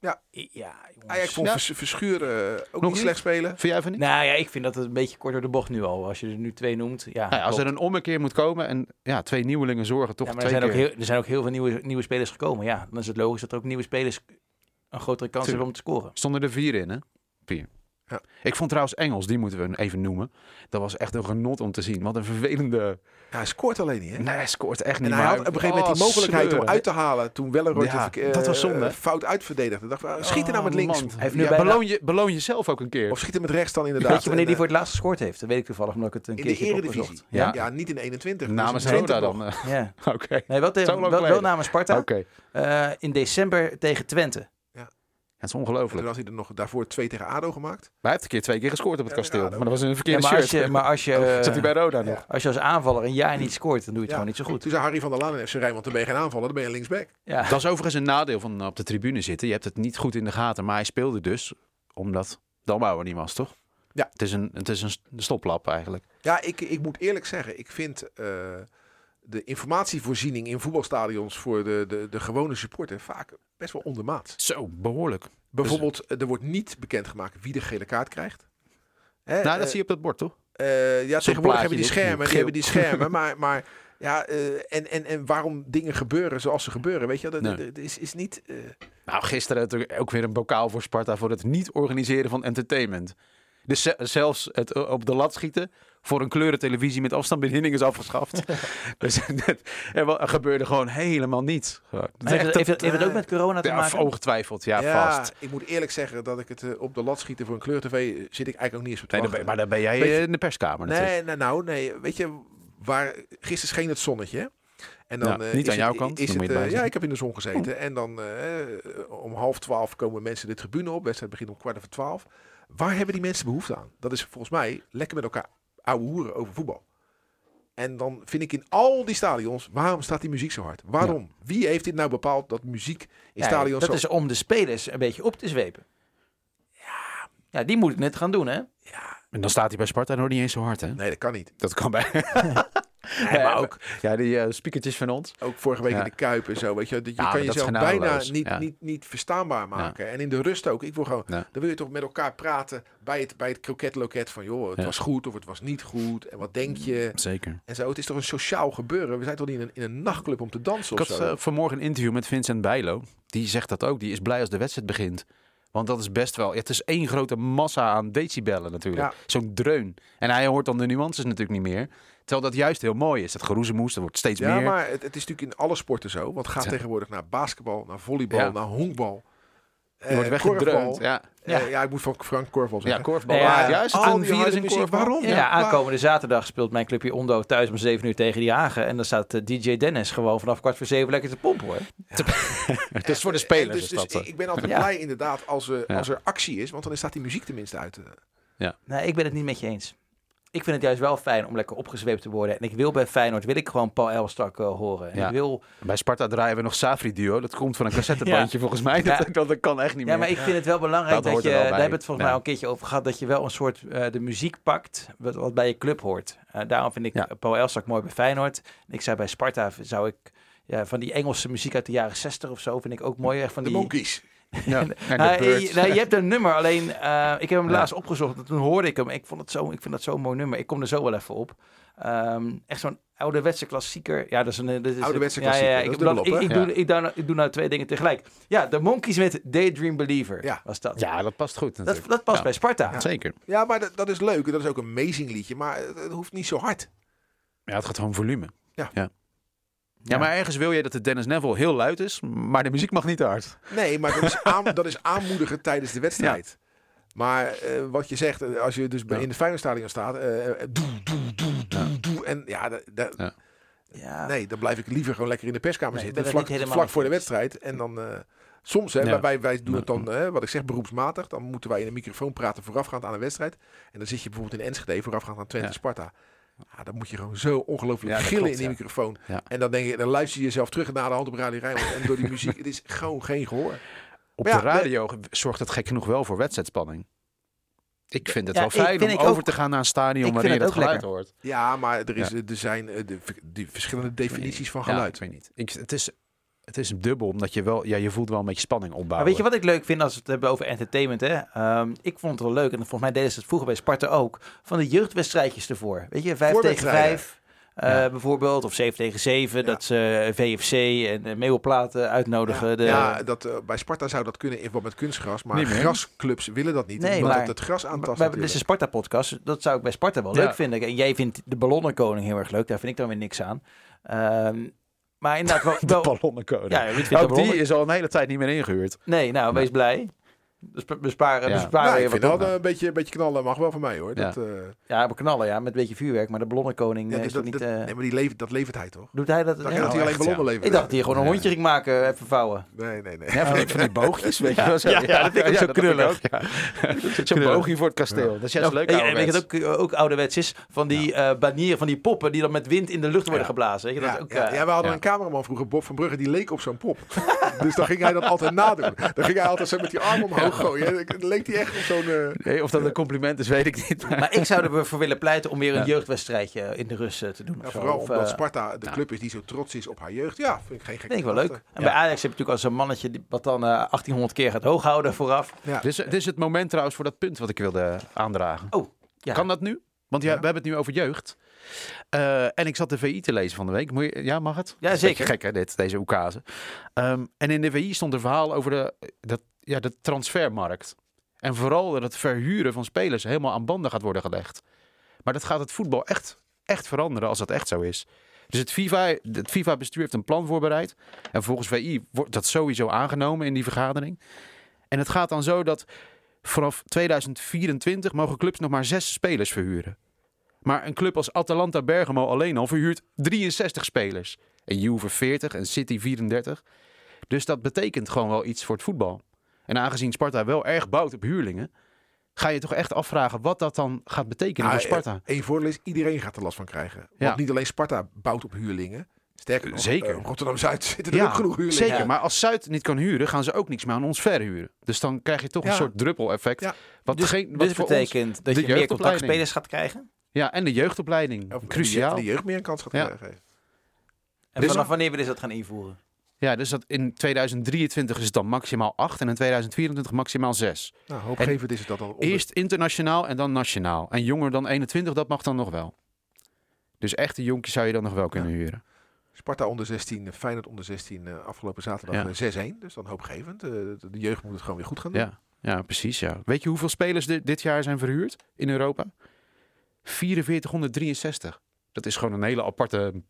C: Ja, jongens.
D: Ajax vond
E: Ja.
D: Vers- Verschuren eh, ook
E: Nog
D: niet
E: niet?
D: slecht spelen.
E: Vind jij van niet?
C: Nou ja, ik vind dat het een beetje kort door de bocht nu al. Als je er nu twee noemt. Ja,
E: Nou ja, als
C: klopt.
E: er een ommekeer moet komen en ja, twee nieuwelingen zorgen toch
C: Ja, maar er
E: twee
C: zijn, ook
E: keer.
C: heel, er zijn ook heel veel nieuwe, nieuwe spelers gekomen. Ja, dan is het logisch dat er ook nieuwe spelers een grotere kans
E: Tuurlijk.
C: hebben om te scoren.
E: Stonden er vier in, hè? Vier.
D: Ja.
E: Ik vond trouwens Engels, die moeten we even noemen. Dat was echt een genot om te zien. Wat een vervelende...
D: Ja, hij scoort alleen niet, hè?
E: Nee, hij scoort echt niet.
D: En hij
E: maar
D: had op een gegeven moment die
E: Oh,
D: mogelijkheid om
E: sleuren.
D: uit te halen toen Welleroy
E: Ja,
D: de verk- eh,
E: dat was zonde, hè?
D: fout uitverdedigde. Dacht, van, schiet er nou met
E: Oh,
D: links.
E: man.
C: Hij heeft nu
E: Ja,
C: bijna-
E: beloon, je, beloon jezelf ook een keer.
D: Of schiet er met rechts dan inderdaad.
C: Weet je wanneer die
E: eh,
D: En,
C: voor het laatst gescoord heeft? Dat weet ik toevallig, omdat ik het een
D: eh, in de
C: keertje heb
D: Eredivisie.
C: opgezocht.
E: Ja.
D: Ja. niet in 21. dus
E: Namens
D: in Twente
E: Roda
D: nog.
E: dan. eh,
C: Ja.
E: [laughs] Oké.
C: Nee, wel,
E: Zo lang
C: tegen, wel, wel
E: geleden.
C: namens Sparta.
E: Oké. Ja,
C: Eh, in december tegen Twente.
E: het is
D: En toen
E: ongelooflijk.
D: had hij er nog daarvoor twee tegen ADO gemaakt.
E: Wij heeft een keer twee keer gescoord op het
D: Ja,
E: kasteel.
D: ja,
E: Maar dat was in Oh, een
C: Ja,
E: verkeerde
C: maar als
E: shirt.
C: je, maar als je, eh,
E: [laughs] Zat hij bij Roda nog?
C: als je als aanvaller een jaar niet scoort, dan doe je het
D: Ja.
C: gewoon niet zo goed.
D: Toen zei Harry van der Laan en FC Rijnmond, dan ben je geen aanvaller, dan ben je linksback.
C: Ja.
E: [laughs] Dat is overigens een nadeel van op de tribune zitten. Je hebt het niet goed in de gaten, maar hij speelde dus omdat Dalmau er niet was, toch?
D: Ja.
E: Het is een, het is een st- stoplap eigenlijk.
D: Ja, ik, ik moet eerlijk zeggen, ik vind eh, de informatievoorziening in voetbalstadions voor de, de, de gewone supporter vaak best wel ondermaat.
E: Zo, behoorlijk.
D: Bijvoorbeeld, eh, er wordt niet bekendgemaakt wie de gele kaart krijgt. Hè,
E: nou,
D: eh,
E: dat zie je op dat bord, toch?
D: Eh, ja, tegenwoordig
E: plaatje
D: hebben die
E: dit,
D: schermen, die
E: geel.
D: hebben die
E: [laughs]
D: schermen, maar, maar ja, eh, en, en, en waarom dingen gebeuren zoals ze gebeuren, weet je, wel, dat,
E: Nee.
D: dat is, is niet... eh,
E: Nou, gisteren natuurlijk ook weer een bokaal voor Sparta voor het niet organiseren van entertainment. Dus ze- zelfs het o- op de lat schieten voor een kleurentelevisie met afstandsbediening is [laughs] afgeschaft. dus dat, er wa- er gebeurde gewoon helemaal niets. Gewoon. Het is
C: Heeft,
E: echt
C: het-
E: een-
C: heeft, het- heeft het ook met corona te
E: ja,
C: maken?
E: ongetwijfeld, ja, vast.
D: ik moet eerlijk zeggen dat ik het eh, op de lat schieten voor een kleur-tv eh, zit ik eigenlijk ook niet eens op te
E: Nee, dan ben-
D: wachten.
E: maar dan ben jij
D: Weet je-
E: eh, in de perskamer natuurlijk.
D: Nee, nou, nou, nee, weet je, waar, gisteren scheen het zonnetje. hè? En dan,
E: Ja,
D: eh,
E: niet
D: is
E: aan jouw
D: het-
E: kant,
D: Is
E: dan
D: het,
E: moet je
D: eh,
E: erbij Oh.
D: ja,
E: zeggen.
D: ik heb in de zon gezeten. En dan eh, eh, om half twaalf komen mensen de tribune op. Wedstrijd begint om kwart over twaalf. Waar hebben die mensen behoefte aan? Dat is volgens mij lekker met elkaar ouwe hoeren over voetbal. En dan vind ik in al die stadions, waarom staat die muziek zo hard? Waarom? Wie heeft dit nou bepaald dat muziek in
C: Ja,
D: stadions
C: dat
D: zo...
C: is om de spelers een beetje op te zwepen. Ja, die moet het net gaan doen, hè?
E: En dan staat hij bij Sparta nog niet eens zo hard, hè?
D: Nee, dat kan niet.
E: Dat kan [laughs] bij.
D: Nee,
E: maar
D: maar
E: ook ja, die eh, speakertjes van ons.
D: Ook vorige week
E: Ja.
D: in de Kuip en zo, weet je. Dat je
E: Ja, maar
D: kan
E: dat is
D: jezelf
E: genadeloos.
D: bijna niet,
E: Ja.
D: niet, niet verstaanbaar maken. En in de rust ook. Ik wil gewoon,
E: Ja.
D: dan wil je toch met elkaar praten bij het, bij het kroketloket van, joh, het
E: Ja. Mm,
D: was goed of het was niet goed. En wat denk je?
E: Zeker.
D: En zo, het is toch een sociaal gebeuren. We zijn toch niet in een, in een nachtclub om te dansen
E: Ik
D: of
E: had
D: zo.
E: eh, vanmorgen een interview met Vincent Bijlo. Die zegt dat ook. Die is blij als de wedstrijd begint. Want dat is best wel. ja, het is één grote massa aan decibellen natuurlijk.
D: Ja.
E: Zo'n dreun. En hij hoort dan de nuances natuurlijk niet meer. Terwijl dat juist heel mooi is. Dat geroezemoes, dat wordt steeds
D: ja,
E: meer.
D: maar het, het is natuurlijk in alle sporten zo. Want ga
E: Ja.
D: tegenwoordig naar basketbal, naar volleybal,
E: Ja.
D: naar honkbal.
E: Je wordt
D: eh,
E: weggedreund.
D: korfbal.
E: Ja,
D: Eh, ja, ik moet van Frank korfbal
E: ja
D: zeggen.
E: korfbal.
C: Ja,
E: Ja, juist
D: al die
E: een
D: harde
E: virus in
D: muziek,
E: korfbal.
D: waarom?
C: Ja,
D: Ja, maar-
C: aankomende zaterdag speelt mijn clubje Ondo thuis om 7 uur tegen die Hagen. En dan staat eh, DJ Dennis gewoon vanaf kwart voor 7 lekker te pompen, hoor.
E: Het is voor de
D: En
E: spelers.
D: dus,
E: is
D: dus
E: dat, eh.
D: ik ben altijd
C: Ja.
D: blij inderdaad als, eh,
E: Ja.
D: als er actie is. Want dan staat die muziek tenminste uit. eh,
C: Nee, ik ben het niet met je eens. Ik vind het juist wel fijn om lekker opgezweept te worden. En ik wil bij Feyenoord wil ik gewoon Paul Elstak eh, horen. En
E: Ja.
C: ik wil...
E: Bij Sparta draaien we nog Safri Duo. Dat komt van een cassettebandje volgens mij. Dat,
C: Ja.
E: dat, dat kan echt niet
C: Ja,
E: meer.
C: maar ik vind het wel belangrijk
E: Dat
C: dat,
E: hoort
C: je...
E: er wel
C: Daar
E: bij.
C: hebben we het volgens mij
E: Ja.
C: al een keertje over gehad. Dat je wel een soort eh, de muziek pakt wat, wat bij je club hoort. Eh, daarom vind ik
E: Ja.
C: eh, Paul Elstak mooi bij Feyenoord. En ik zei bij Sparta zou ik... Ja, van die Engelse muziek uit de jaren 60 of zo vind ik ook mooi. Echt Van
D: de
C: die,
D: monkeys.
E: Ja, en de
C: Nou,
E: Birds.
C: je, nou, je hebt een nummer, alleen eh, ik heb hem
E: Ja.
C: laatst opgezocht. en Toen hoorde ik hem. Ik, vond het zo, ik vind dat zo'n mooi nummer. Ik kom er zo wel even op. Ehm, echt zo'n ouderwetse klassieker. Ja, dat is een... eh, Dat is
D: Ouderwetse
C: ja, ja,
D: klassieker,
C: ja,
D: dat
C: ik,
D: is
C: heb dat-
D: dubbelop,
C: ik, ik,
E: hè?
C: doe, ik, doe nou, ik doe nou twee dingen tegelijk. Ja, de Monkeys met Daydream Believer
D: Ja.
C: was dat.
E: [laughs] ja, dat past goed
C: dat,
E: natuurlijk.
C: dat past
E: Ja,
C: bij Sparta.
E: Zeker.
D: Ja, maar dat, dat is leuk. en Dat is ook een amazing liedje. Maar het, het hoeft niet zo hard.
E: Ja, het gaat gewoon volume.
D: Ja.
E: Ja. Ja,
C: Ja.
E: maar ergens wil je dat de Dennis Neville heel luid is, maar de muziek mag niet te hard.
D: Nee, maar dat
E: [laughs]
D: is, aan, dat is aanmoedigen tijdens de wedstrijd. Maar eh, wat je zegt, eh, als je dus bij
E: Ja.
D: in de Feyenoordstadion staat. eh, eh, doe, doe, doe, doe, doe. En ja, da- da-
E: Ja.
C: Ja.
D: nee, dan blijf ik liever gewoon lekker in de perskamer
C: Nee, ik
D: zitten.
C: ben
D: Vlak,
C: het niet helemaal
D: vlak
C: met
D: voor de
C: je eens.
D: wedstrijd. En dan... eh, Soms, hè,
E: Ja.
D: maar wij, wij doen
E: Ja.
D: het dan, eh, wat ik zeg, beroepsmatig. Dan moeten wij in de microfoon praten voorafgaand aan een wedstrijd. En dan zit je bijvoorbeeld in Enschede voorafgaand aan Twente
E: Ja.
D: Sparta. Ja, dan moet je gewoon zo ongelooflijk
E: Ja, dat
D: gillen
E: klopt,
D: in die
E: ja.
D: microfoon.
E: Ja.
D: En dan, denk je, dan luister je jezelf terug naar de hand op Radio Rijnmond. en door
E: [laughs]
D: die muziek, het is gewoon geen gehoor.
E: Op
D: Maar ja,
E: de radio zorgt het gek genoeg wel voor wedstrijdspanning. Ik vind het
C: Ja,
E: wel
C: ik
E: fijn om
C: vind ik
E: over
C: ook-
E: te gaan naar een stadion
C: Ik
E: waarin je
C: vind
E: dat
C: het ook
E: geluid hoort.
D: Ja, maar er, is,
E: Ja.
D: er zijn eh, de, die verschillende
E: Nee.
D: definities van
E: Ja,
D: geluid.
E: ik weet niet. Ik, het, is, het is dubbel, omdat je wel, ja, je voelt wel een beetje spanning
C: Maar
E: opbouwen.
C: weet je wat ik leuk vind als we het hebben over entertainment? Hè? Ehm, ik vond het wel leuk, en volgens mij deden ze het vroeger bij Sparta ook, van de jeugdwedstrijdjes ervoor. Weet je, vijf tegen
D: Voorwedstrijden.
C: vijf eh, bijvoorbeeld, of zeven tegen zeven,
D: Ja.
C: dat ze eh, VFC en uh, uitnodigen.
D: Ja,
C: de,
D: ja, dat, eh, bij Sparta zou dat kunnen in verband met kunstgras. Maar
E: Niet meer.
D: grasclubs willen dat niet.
C: Nee,
D: omdat
C: maar-
D: het het gras
C: we
D: aantast
C: hebben dus een
D: natuurlijk.
C: Sparta-podcast, dat zou ik bij Sparta wel
E: Ja.
C: leuk vinden. En jij vindt de ballonnenkoning heel erg leuk, daar vind ik dan weer niks aan. Ehm, maar inderdaad,
D: [laughs]
C: wel,
E: De
C: wel-
E: ballonnenkoning.
C: ja, Ruud vindt de
E: ook Oh, die
C: ballonnen-
E: is al een hele tijd niet meer ingehuurd.
C: Nee, nou, wees blij. Besp- Besparen,
E: Ja.
C: besparen
D: Nou,
C: je
D: ik
C: wat
D: vind wel eh, een beetje, een beetje knallen mag wel van mij hoor.
E: Ja.
D: Dat, eh,
C: Ja, we knallen, ja, met een beetje vuurwerk. Maar de ballonnenkoning
D: ja,
C: eh,
D: dat-
C: is toch
D: dat-
C: niet...
D: dat-
C: eh,
D: nee, maar die levert, dat levert hij toch?
C: Doet hij
D: Dan
C: dat? Ja.
D: kan dat hij alleen
E: echt,
D: ballonnen
E: ja.
D: leveren.
C: Ik dacht hier gewoon een
E: Nee.
C: hondje ging maken, eh, even vouwen.
D: Nee, nee, nee.
E: [laughs] Ja, van, die- van die boogjes, weet je wel. zo.
C: Ja, ja, dat vind ik ook zo
E: vind
C: knullig.
E: ook, [laughs] ja. Zo'n boogje voor het kasteel. Dat is juist leuk
C: en, en weet je
E: ouderwets.
C: dat ook, eh, ook ouderwets is? Van die eh banieren, van die poppen die dan met wind in de lucht worden
E: Ja.
C: geblazen. Weet je, dat
D: Ja,
C: is ook,
D: ja,
C: eh,
D: ja, we hadden
E: ja.
D: een cameraman vroeger, Bob van Brugge, die leek op zo'n pop. [laughs] dus dan ging hij dat altijd nadoen. Dan ging hij altijd zo met die arm omhoog gooien. En dan leek hij echt op zo'n... eh,
E: Nee, of dat een compliment is, weet ik [laughs] niet.
C: Maar ik zou ervoor willen pleiten om weer een
E: Ja.
C: jeugdwedstrijdje in de rust eh, te doen. of
D: Ja,
C: zo.
D: vooral
C: Of,
D: omdat
C: eh,
D: Sparta de club is die zo trots is op haar jeugd. Ja, vind ik geen gek.
C: Vind ik wel leuk. En bij Ajax heb je natuurlijk als een mannetje die, wat dan eh, 1800 keer gaat hooghouden vooraf.
E: Dit is, dit is het moment trouwens voor dat punt wat ik wilde aandragen.
C: Oh, ja.
E: Kan dat nu? Want ja,
D: Ja.
E: we hebben het nu over jeugd. Eh, en ik zat de VI te lezen van de week. Moet je, ja, mag het?
C: Ja,
E: Dat is een beetje
C: zeker.
E: Gek hè, dit, deze oekase. Ehm, en in de VI stond een verhaal over de, dat, ja, de transfermarkt. En vooral dat het verhuren van spelers helemaal aan banden gaat worden gelegd. Maar dat gaat het voetbal echt, echt veranderen als dat echt zo is. Dus het FIFA, het FIFA-bestuur heeft een plan voorbereid. En volgens VI wordt dat sowieso aangenomen in die vergadering. En het gaat dan zo dat vanaf 2024 mogen clubs nog maar zes spelers verhuren. Maar een club als Atalanta Bergamo alleen al verhuurt 63 spelers. En Juve 40 en City 34. Dus dat betekent gewoon wel iets voor het voetbal. En aangezien Sparta wel erg bouwt op huurlingen, ga je toch echt afvragen wat dat dan gaat betekenen voor Sparta.
D: Eén eh, voordeel is, iedereen gaat er last van krijgen.
E: Ja.
D: Want niet alleen Sparta bouwt op huurlingen. Sterker nog,
E: Zeker.
D: eh, Rotterdam-Zuid zitten er ook genoeg huurlingen.
E: Zeker,
C: Ja.
E: maar als Zuid niet kan huren, gaan ze ook niks meer aan ons verhuren. Dus dan krijg je toch een
D: Ja.
E: soort druppel-effect.
D: Ja.
E: Wat
C: Dus,
E: geen, wat
C: dus
E: voor ons-
C: betekent dat
E: de
C: je meer
E: jeugdopleiding.
C: contactspelers gaat krijgen.
E: ja, en de jeugdopleiding.
D: Of
E: Cruciaal.
D: De eh, jeugd meer een kans gaat eh,
E: Ja.
D: krijgen.
C: En
E: Dus-
C: vanaf wanneer willen ze dat gaan invoeren?
E: Ja, dus dat in 2023 is het dan maximaal 8 en in 2024 maximaal 6.
D: Nou, hoopgevend is het dat al. onder-
E: Eerst internationaal en dan nationaal. En jonger dan 21, dat mag dan nog wel. Dus echte jonkies zou je dan nog wel kunnen huren.
D: Sparta onder 16, eh, Feyenoord onder 16 eh, afgelopen
E: Ja.
D: zaterdag eh, 6-1. Dus dan hoopgevend. Eh, de- de jeugd moet het gewoon weer goed gaan doen.
E: Ja, ja precies. Ja. Weet je hoeveel spelers di- dit jaar zijn verhuurd in Europa? 4463. Dat is gewoon een hele aparte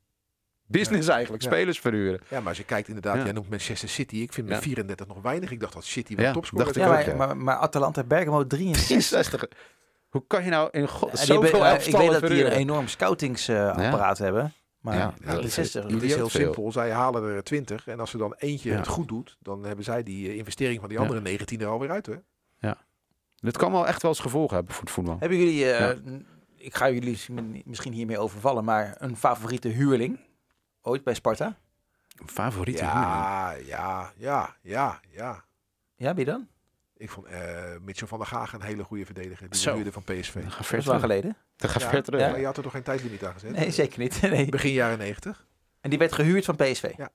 E: business eigenlijk.
D: Ja.
E: Spelers verhuren.
D: Ja, maar als je kijkt inderdaad,
E: Ja.
D: jij noemt Manchester City. Ik vind met
E: Ja.
D: 34 nog weinig. Ik dacht dat City wel
E: Ja,
D: topscorer
E: dacht
D: was.
E: ik
C: Ja,
E: ook,
C: maar, maar, maar Atalanta Bergamo
E: [laughs]
C: 63.
E: 63. Hoe kan je nou in god
C: Ja, die
E: zoveel
C: hebben- eh, ik
E: elftallen
C: weet dat die een
E: verhuren?
C: enorm scoutingsapparaat hebben. Maar
E: Ja,
D: Ja, dat is-
C: 63.
D: Het is
E: Idioot
D: heel
E: veel.
D: simpel. Zij halen er 20. En als ze dan eentje
E: Ja.
D: het goed doet, dan hebben zij die eh, investering van die
E: Ja.
D: andere 19 er alweer uit. Hè?
E: Dat kan wel echt wel eens gevolgen hebben voor het voetbal.
C: Hebben jullie, eh,
E: Ja.
C: n- ik ga jullie s- m- misschien hiermee overvallen, maar een favoriete huurling ooit bij Sparta?
E: Favoriete huurling?
D: Ja, ja, ja, ja, ja.
C: Ja, wie dan?
D: Ik vond eh Mitchell van der Gaag een hele goede verdediger. Die
E: Zo.
D: huurde van PSV.
E: Dat gaat
C: Dat
E: ver
C: is lang
E: terug.
C: geleden.
E: Dat gaat
D: Ja,
E: ver terug.
D: Maar je had er toch geen tijdlimiet aan gezet?
C: Nee, zeker niet. [laughs] Nee.
D: Begin jaren 90.
C: En die werd gehuurd van PSV.
D: Ja.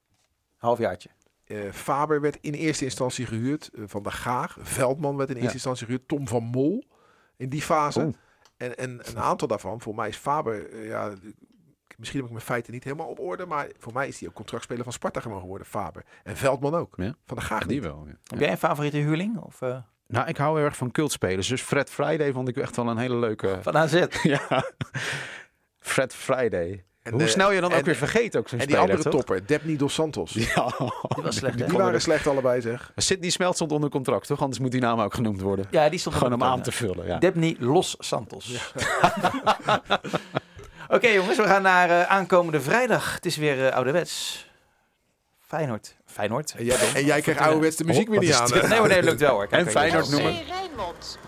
C: Halfjaartje.
D: Eh, Faber werd in eerste instantie gehuurd. eh, van der Gaag. Veldman werd in eerste
E: Ja.
D: instantie gehuurd. Tom van Mol in die fase.
E: Oeh.
D: En, en een aantal daarvan, voor mij is Faber, eh, ja, ik- misschien heb ik mijn feiten niet helemaal op orde, maar voor mij is hij ook contractspeler van Sparta gewoon geworden, Faber. En Veldman ook.
E: Ja.
D: Van der Gaag
E: Die
D: niet.
E: wel. ja.
C: Heb jij een favoriete huurling? Of eh,
E: Nou, ik hou heel erg van cultspelers. Dus Fred Friday vond ik echt wel een hele leuke.
C: van AZ?
E: [laughs] ja. Fred Friday.
D: En,
E: Hoe
D: eh,
E: snel je dan
D: en-
E: ook weer vergeet ook zo'n
D: En die
E: speler,
D: andere
E: toch?
D: topper, Debny Dos Santos. Die,
E: Ja. [laughs]
C: Die was slecht, hè?
D: waren slecht allebei, zeg.
E: Sidney Smelt stond onder contract, toch? Anders moet die naam ook genoemd worden.
C: Ja, die stond
E: Gewoon om
C: op de
E: aan
C: toon.
E: te vullen, ja.
C: Debny Los Santos. [laughs] Oké jongens, we gaan naar eh, aankomende vrijdag. Het is weer eh, ouderwets. Feyenoord. Feyenoord.
D: En jij, en jij krijgt ouderwets de muziek weer
E: Oh, wat
D: niet
E: is
D: aan.
E: dit?
D: hè?
C: Nee hoor, nee, lukt wel hoor. Kijk,
E: En
C: kijk,
E: Feyenoord
C: kijk.
E: noemen.
F: C. Rijnmond.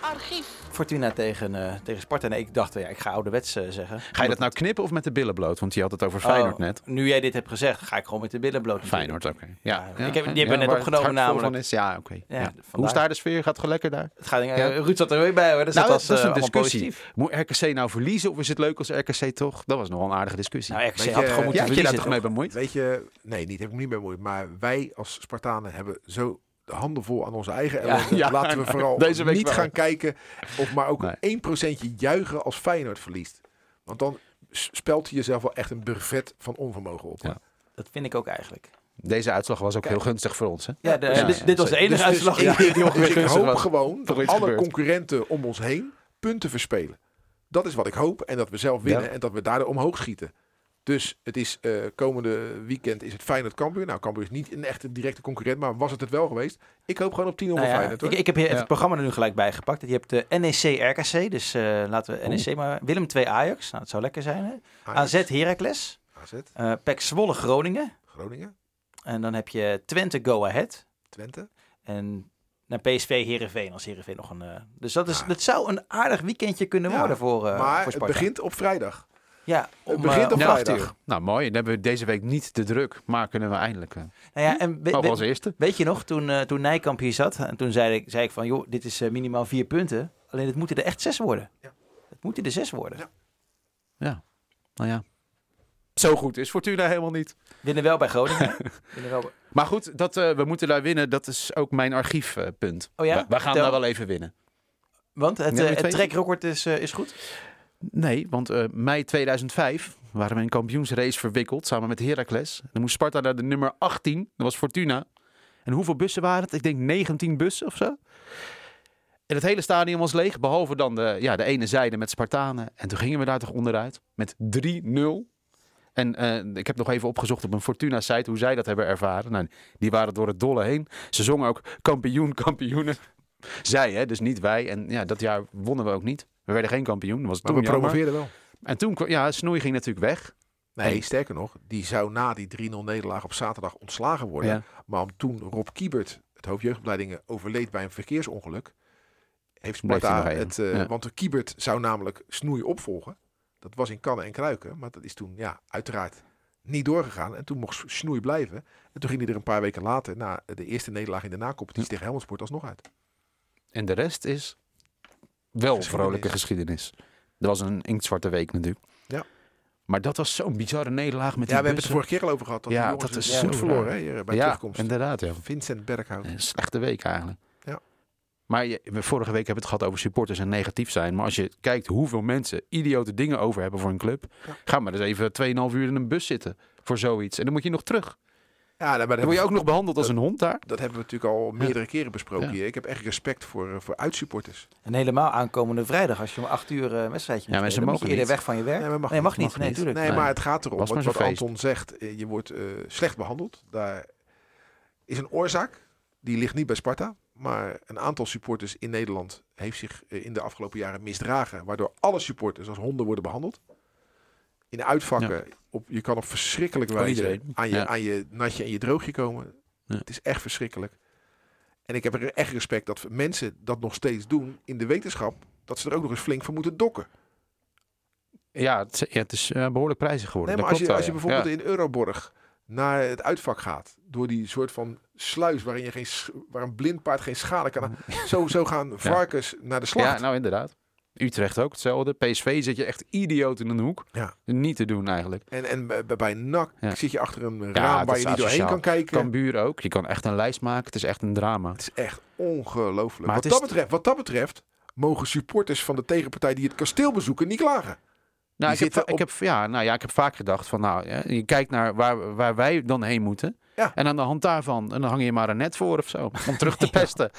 F: Archief.
C: Fortuna tegen, eh, tegen Sparta. Nee, ik dacht, ja, ik ga ouderwets eh, zeggen.
E: Ga je dat nou knippen of met de billen bloot? Want die had het over Feyenoord
C: Oh,
E: net.
C: Nu jij dit hebt gezegd, ga ik gewoon met de billen bloot.
E: Feyenoord, oké. Ja,
C: Ja, ik
E: ja,
C: heb- die hebben we
E: ja,
C: net
E: waar het
C: opgenomen
E: hart vol van
C: namelijk.
E: is, Ja, oké.
C: Ja,
E: ja. Hoe
C: vandaar.
E: is daar de sfeer? Gaat het lekker daar?
C: Het gaat, eh,
E: Ja.
C: Ruud zat er weer bij hoor, dus
E: nou,
C: dat was,
E: dat is
C: eh,
E: een
C: allemaal
E: discussie.
C: positief.
E: Moet RKC nou verliezen of is het leuk als RKC toch? Dat was nogal een aardige discussie.
C: Nou, RKC
D: Weet
C: had
D: je,
C: gewoon
D: eh,
E: ja,
C: moeten
E: heb je daar
C: verliezen.
E: toch mee bemoeid?
D: [laughs] Weet je, nee, niet, heb ik me niet mee bemoeid. Maar wij als Spartanen hebben zo de handen vol aan onze eigen
C: Ja.
D: ellende.
E: Ja,
D: Laten we
E: nou,
D: vooral
E: deze week
D: niet
E: wel.
D: gaan kijken of maar ook
E: Nee.
D: 1% juichen als Feyenoord verliest. Want dan s- spelt je jezelf wel echt een buffet van onvermogen op.
E: Ja.
C: toch? Dat vind ik ook eigenlijk.
E: Deze uitslag was ook heel gunstig voor ons, hè?
C: Ja, de-
E: Ja,
C: dit, dit was de enige uitslag. [laughs]
D: ik,
C: die-
D: dus ik
E: gunstig
D: hoop
E: was.
D: gewoon
E: Toch
D: dat
E: iets
D: alle
E: gebeurd.
D: concurrenten om ons heen punten verspelen. Dat is wat ik hoop. En dat we zelf winnen
E: Ja.
D: en dat we daardoor omhoog schieten. Dus het is eh, komende weekend is het Feyenoord Cambuur. Nou, Cambuur is niet een echte directe concurrent, maar was het het wel geweest? Ik hoop gewoon op 10
C: Nou
D: over
C: ja,
D: Feyenoord. hoor.
C: ik, ik heb hier
E: Ja.
C: het programma er nu gelijk bij gepakt. Je hebt eh, E de NEC RKC, dus eh, laten we NEC maar... Willem 2 Ajax, nou, dat zou lekker zijn. Hè?
D: Ajax,
C: AZ Heracles,
D: AZ,
C: eh PEC Zwolle Groningen.
D: Groningen,
C: En dan heb je Twente Go Ahead.
D: Twente.
C: Eh, En naar PSV Herenveen als Herenveen nog een. eh, dus dat, is,
D: Ah.
C: dat zou een aardig weekendje kunnen
D: Ja,
C: worden voor, eh
D: maar
C: voor
D: het
C: Sparta.
D: begint op vrijdag.
C: ja, om,
D: het begint
C: eh,
D: op
C: om-
E: Ja,
D: vrijdag.
E: acht uur. Nou, mooi. Dan hebben we deze week niet de druk, maar kunnen we eindelijk... eh,
C: nou ja, en we-
E: mogen we
C: we-
E: als eerste.
C: weet je nog, toen, eh, toen Nijkamp hier zat, en toen zei ik, zei ik van joh, dit is eh, minimaal vier punten. Alleen het moeten er echt zes worden.
D: Ja.
C: Het moeten er zes worden.
D: Ja.
E: Ja. Nou ja. Zo goed is Fortuna helemaal niet.
C: Winnen wel bij
E: [laughs]
C: Groningen. Winnen wel bij-
E: Maar goed, dat, eh, we moeten daar winnen. Dat is ook mijn archiefpunt.
C: Oh ja?
E: We, we gaan
C: Vertel.
E: daar wel even winnen.
C: Want het,
E: Nummer
C: eh, het
E: twee?
C: trackrecord is, eh, is goed.
E: Nee, want eh, mei 2005 waren we in een kampioensrace verwikkeld samen met Heracles. Dan moest Sparta naar de nummer 18, dat was Fortuna. En hoeveel bussen waren het? Ik denk 19 bussen of zo. En het hele stadion was leeg, behalve dan de, ja, de ene zijde met Spartanen. En toen gingen we daar toch onderuit met 3-0. En eh, ik heb nog even opgezocht op een Fortuna-site hoe zij dat hebben ervaren. Nou, die waren door het dolle heen. Ze zongen ook kampioen, kampioenen. Zij, hè, dus niet wij. En ja, dat jaar wonnen we ook niet. We werden geen kampioen. Dat Was
D: Maar
E: toen
D: we
E: jammer.
D: promoveerden wel.
E: En toen kwam, ja, Snoei ging natuurlijk weg.
D: Nee,
E: En-
D: sterker nog, die zou na die 3-0 nederlaag op zaterdag ontslagen worden.
E: Ja.
D: Maar om toen Rob Kiebert, het hoofd jeugdopleidingen, overleed bij een verkeersongeluk, heeft
E: Bleef hij
D: Sparta
E: nog even,
D: het... eh,
E: ja.
D: Want de Kiebert zou namelijk Snoei opvolgen. Dat was in kannen en kruiken, maar dat is toen ja, uiteraard niet doorgegaan. En toen mocht Snoei blijven. En toen ging hij er een paar weken later, na de eerste nederlaag in de nacompetitie tegen Helmond alsnog uit.
E: En de rest is wel
D: Geschiedenis.
E: vrolijke geschiedenis. Dat was een inktzwarte week natuurlijk.
D: Ja.
E: Maar dat was zo'n bizarre nederlaag met
D: Ja, we
E: die
D: hebben het
E: bussen.
D: er vorige keer al over gehad. Dat
E: Ja,
D: die jongens
E: dat
D: hun
E: is zo
D: moed
E: raar.
D: verloren hè, hier, bij
E: ja,
D: terugkomst.
E: inderdaad. Ja.
D: Vincent Berghout.
E: Een slechte week eigenlijk.
D: Ja.
E: Maar je- we vorige week hebben we het gehad over supporters en negatief zijn. Maar als je kijkt hoeveel mensen idiote dingen over hebben voor een club. Ga maar eens even 2,5 uur in een bus zitten voor zoiets. En dan moet je nog terug.
D: Ja, nou, maar dat
E: Dan word je ook nog behandeld als een hond daar.
D: Dat hebben we natuurlijk al meerdere keren besproken
E: Ja.
D: hier. Ik heb echt respect voor, eh, voor uitsupporters.
C: En helemaal aankomende vrijdag, als je om acht uur eh, een wedstrijdje
E: Ja,
C: moet
E: maar ze
C: spelen, moet je
E: mogen
C: eerder
E: niet.
C: weg van je werk.
D: Nee, maar mag
C: nee, mag niet.
E: mag
C: nee,
E: niet.
C: tuurlijk.
D: Nee,
E: Nee.
D: maar het gaat erom.
E: Was maar
D: Wat,
E: zo'n
D: wat
E: feest.
D: Anton zegt, eh, je wordt eh, slecht behandeld. Daar is een oorzaak. Die ligt niet bij Sparta. Maar een aantal supporters in Nederland heeft zich eh, in de afgelopen jaren misdragen. Waardoor alle supporters als honden worden behandeld. In de uitvakken. Op, je kan op verschrikkelijke
E: Voor
D: wijze
E: iedereen,
D: aan je,
E: ja.
D: aan je natje en je droogje komen.
E: Ja.
D: Het is echt verschrikkelijk. En ik heb er echt respect dat mensen dat nog steeds doen in de wetenschap. Dat ze er ook nog eens flink voor moeten dokken.
E: Ja, het, ja, het is eh, behoorlijk prijzig geworden.
D: Nee, maar als
E: Dat
D: je,
E: klopt
D: als je
E: wel, ja.
D: bijvoorbeeld in Euroborg naar het uitvak gaat, door die soort van sluis waarin je geen, sch- waar een blind paard geen schade kan aan.
E: [laughs]
D: Zo, zo gaan varkens naar de
E: Ja,
D: slacht.
E: nou inderdaad. Utrecht ook hetzelfde. PSV zit je echt idioot in een hoek.
D: Ja.
E: Niet te doen eigenlijk.
D: En, en bij- bij, bij NAC
E: Ja.
D: zit je achter een
E: Ja,
D: raam
E: dat
D: waar
E: is
D: je niet doorheen
E: asociaal.
D: kan kijken.
E: Cambuur ook. Je kan echt een lijst maken. Het is echt een drama.
D: Het is echt ongelooflijk.
E: Maar
D: Wat,
E: het
D: dat
E: is-
D: betreft- wat dat betreft mogen supporters van de tegenpartij die het kasteel bezoeken niet klagen.
E: Nou, ik
D: Die
E: heb, va-
D: zitten
E: ik heb, ja, nou ja, ik heb vaak gedacht van nou, ja, je kijkt naar waar, waar wij dan heen moeten.
D: Ja.
E: En aan de hand daarvan, en dan hang je maar een net voor of
D: [laughs]
E: zo. Om terug te pesten.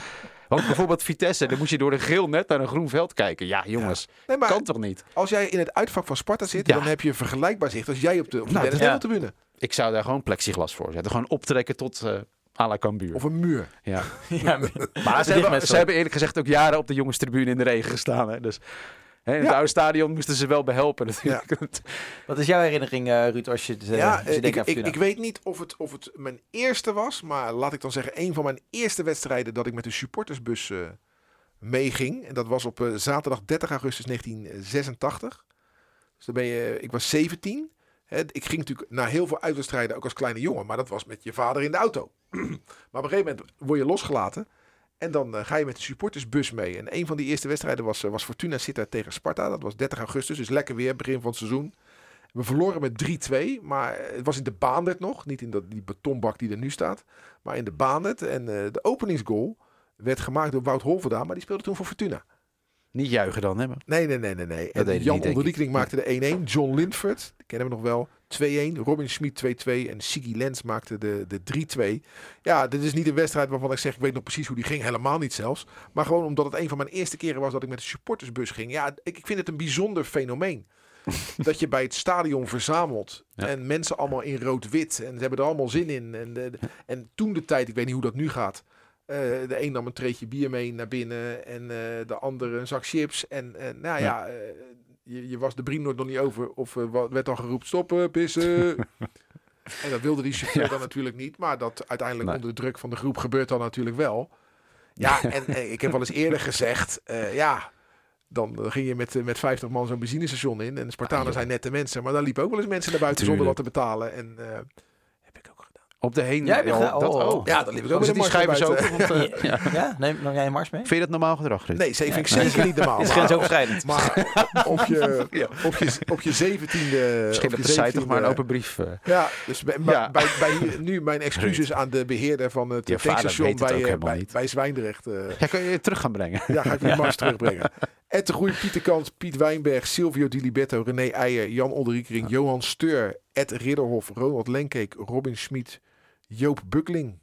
E: Want bijvoorbeeld Vitesse, dan moest je door een geel net naar een groen veld kijken. Ja, jongens,
D: Nee, maar
E: kan toch niet?
D: als jij in het uitvak van Sparta zit,
E: Ja.
D: dan heb je een vergelijkbaar zicht als jij op de, op de
E: Nou,
D: Dennis
C: ja.
D: tribune.
E: Ik zou daar gewoon plexiglas voor zetten. Gewoon optrekken tot eh à la Cambuur.
D: Of een muur.
E: [laughs] Ja.
C: Ja, maar-
E: Maar ze hebben,
C: Dichtmetsel.
E: ze hebben eerlijk gezegd ook jaren op de jongenstribune in de regen gestaan. Hè? Dus hè, in het
D: Ja.
E: oude stadion moesten ze wel behelpen natuurlijk. [laughs]
C: Wat is jouw herinnering, eh, Ruud, als je, het, eh,
D: Ja,
C: als je
D: eh, ik,
C: denkt aan
D: ik,
C: Fortuna?
D: ik weet niet of het, of het mijn eerste was, maar laat ik dan zeggen, een van mijn eerste wedstrijden dat ik met een supportersbus eh, meeging. En dat was op eh, zaterdag 30 augustus 1986. Dus dan ben je, ik was 17. Hè, ik ging natuurlijk naar heel veel uitwedstrijden, ook als kleine jongen, maar dat was met je vader in de auto. [clears throat] maar op een gegeven moment word je losgelaten. En dan eh, ga je met de supportersbus mee. En een van die eerste wedstrijden was, eh, was Fortuna Sittard tegen Sparta. Dat was 30 augustus, dus lekker weer, begin van het seizoen. We verloren met 3-2, maar het was in de baandert nog. Niet in dat, die betonbak die er nu staat, maar in de baandert. En eh, de openingsgoal werd gemaakt door Wout Holverdaan, maar die speelde toen voor Fortuna.
E: Niet juichen dan, hè? maar-
D: Nee, nee, nee, nee. nee.
E: deed hij
D: En
E: niet,
D: Jan
E: denk ik.
D: Onderliekening maakte de 1-1. John Lindford, die kennen we nog wel, 2-1. Robin Schmid 2-2. En Siggy Lens maakte de, de 3-2. Ja, dit is niet een wedstrijd waarvan ik zeg, ik weet nog precies hoe die ging. Helemaal niet zelfs. Maar gewoon omdat het een van mijn eerste keren was dat ik met de supportersbus ging. Ja, ik, ik vind het een bijzonder
E: [laughs]
D: fenomeen. dat je bij het stadion verzamelt. En mensen allemaal in rood-wit. En ze hebben er allemaal zin in. En, de- de- en toen de tijd, ik weet niet hoe dat nu gaat. Eh, de een nam een treetje bier mee naar binnen en eh, de andere een zak chips. En eh, nou ja, eh, je, je was de briemnoord nog niet over of eh, wa- werd dan geroepen stoppen,
E: [laughs]
D: pissen. en dat wilde die chauffeur dan natuurlijk niet. Maar dat uiteindelijk
E: Nee.
D: onder de druk van de groep gebeurt dan natuurlijk wel.
E: [laughs]
D: Ja, en eh, ik heb wel eens eerder gezegd, eh, ja, dan eh, ging je met, eh, met 50 man zo'n benzinestation in. En de Spartanen zijn nette mensen, maar daar liepen ook wel eens mensen naar buiten zonder wat te
E: Ah, Tuurlijk.
D: betalen. En eh, heb ik ook gedaan.
E: Op de heen.
C: Jij hebt
E: Ja,
C: gedaan-
E: dat
C: oh.
E: ook.
D: Ja, dan liep ik ook
E: Dan
D: met
E: zit
D: een mars
E: die
D: naar
E: schijven zo
D: buiten.
E: open. want, eh, ja.
C: [laughs] Ja, neem, neem jij een mars mee?
E: Vind je dat normaal gedrag, Ruud?
D: Nee, ze vind ik zeker niet
E: [laughs]
D: normaal.
C: Is
D: maar-
C: grensoverschrijdend.
D: Maar op je, op je, op je zeventiende...
E: Misschien
D: op
E: dat
D: je
E: de site toch maar
D: zeventiende-
E: een open brief. eh.
D: Ja, dus bij, maar
E: Ja.
D: Bij, bij- nu mijn excuses aan de beheerder van het
E: Je vader
D: tankstation
E: weet het
D: bij,
E: ook
D: eh,
E: helemaal
D: bij,
E: niet.
D: bij Zwijndrecht. eh.
E: Ja, kun je het terug gaan brengen? [laughs]
D: ja, ga ik die mars terugbrengen. En te groeien Pieter Kant, Piet Wijnberg, Silvio Di Libetto, René Eijer, Jan Olderikering, Johan Steur, Ed Ridderhof, Ronald Lenkeek, Robin Schmid, Joop Bukling.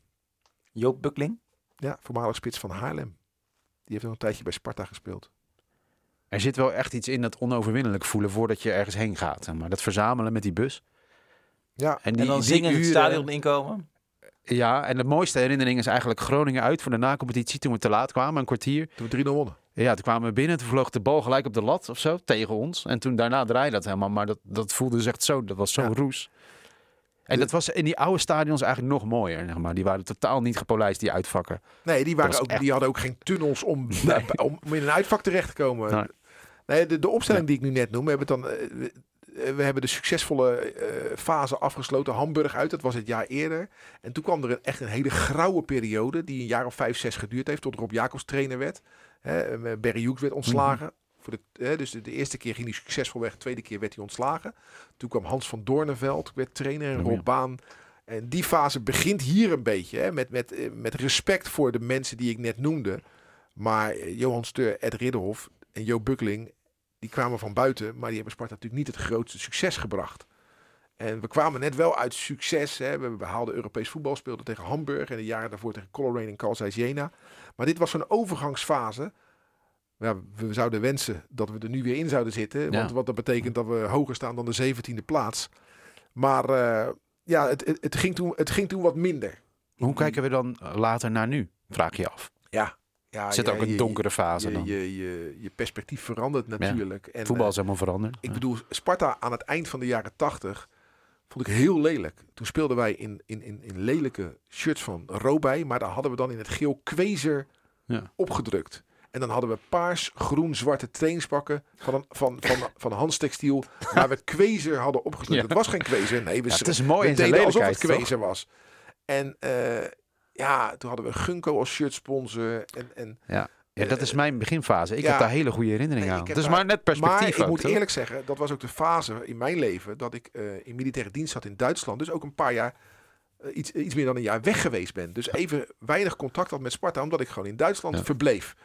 C: Joop Bukling.
D: Ja, voormalig spits van Haarlem. Die heeft nog een tijdje bij Sparta gespeeld.
E: Er zit wel echt iets in dat onoverwinnelijk voelen voordat je ergens heen gaat. Maar dat verzamelen met die bus.
D: Ja,
E: En, die,
C: En dan
E: die
C: zingen het
E: uren-
C: stadion inkomen.
E: Ja, en de mooiste herinnering is eigenlijk Groningen uit voor de nacompetitie toen we te laat kwamen, een kwartier.
D: toen we 3-0 wonnen.
E: Ja, toen kwamen we binnen, toen vloog de bal gelijk op de lat of zo, tegen ons. En toen daarna draaide dat helemaal, maar dat, dat voelde dus echt zo, dat was zo
D: Ja.
E: roes. En dat was in die oude stadions eigenlijk nog mooier, zeg maar. Die waren totaal niet gepolijst, die uitvakken.
D: Nee, die, waren
E: was
D: ook,
E: echt-
D: die hadden ook geen tunnels
E: [laughs]
D: om, om in een uitvak terecht te komen.
E: Nee.
D: Nee. de, de opstelling die ik nu net noem, we hebben, het dan, eh, we- we hebben de succesvolle eh, fase afgesloten. Hamburg uit, dat was het jaar eerder. En toen kwam er een, echt een hele grauwe periode, die een jaar of vijf, zes geduurd heeft, tot Rob Jacobs trainer werd. Hè, eh, Barry Hughes werd ontslagen.
E: Mhm.
D: Voor de, hè, dus de, de eerste keer ging hij succesvol weg, de tweede keer werd hij ontslagen. Toen kwam Hans van Doornenveld, werd trainer en
E: Oh, ja.
D: Rob Baan. En die fase begint hier een beetje, hè, met, met, eh, met respect voor de mensen die ik net noemde. Maar eh, Johan Steur, Ed Ridderhof en Jo Bukkeling, die kwamen van buiten, maar die hebben Sparta natuurlijk niet het grootste succes gebracht. En we kwamen net wel uit succes. Hè. We behaalden Europees voetbal, speelden tegen Hamburg en de jaren daarvoor tegen Coleraine en Calzijs Jena. Maar dit was zo'n overgangsfase. Ja, we zouden wensen dat we er nu weer in zouden zitten. Want
E: Ja.
D: wat dat betekent dat we hoger staan dan de 17e plaats. Maar eh, ja, het, het, het ging toen, het ging toen wat minder.
E: Hoe
D: Mm.
E: kijken we dan eh, later naar nu, vraag je af.
D: Ja. ja
E: Zit
D: Ah, ja,
E: er ook een
D: je-
E: donkere fase
D: je,
E: dan?
D: je, je, je perspectief verandert natuurlijk. En,
E: Voetbal
D: eh,
E: is helemaal veranderd.
D: ik bedoel, Sparta aan het eind van de jaren 80 vond ik heel lelijk. Toen speelden wij in, in, in, in lelijke shirts van Robij, maar daar hadden we dan in het geel kwezer
E: Ja.
D: opgedrukt. En dan hadden we paars, groen, zwarte trainingspakken van, een- van,
E: [laughs]
D: van, van, Hans Textiel, waar we kwezer hadden opgedrukt.
E: Ja.
D: Het was geen kwezer, nee, we,
E: Ja,
D: schreven
E: het is mooi in
D: we
E: zijn
D: deden alsof
E: lelijkheid,
D: dus het kwezer
E: toch?
D: was. En eh, ja, toen hadden we Gunko als shirtsponsor. En, en,
E: Ja, dat is mijn beginfase. Ik
D: ja.
E: heb daar hele goede herinneringen
D: Nee,
E: aan.
D: ik heb
E: Het is
D: daar-
E: maar net perspectief
D: maar ik
E: ook,
D: moet
E: toch?
D: eerlijk zeggen, dat was ook de fase in mijn leven dat ik eh, in militaire dienst zat in Duitsland. Dus ook een paar jaar, eh, iets, iets meer dan een jaar weg geweest ben. Dus even weinig contact had met Sparta, omdat ik gewoon in Duitsland
E: Ja.
D: verbleef.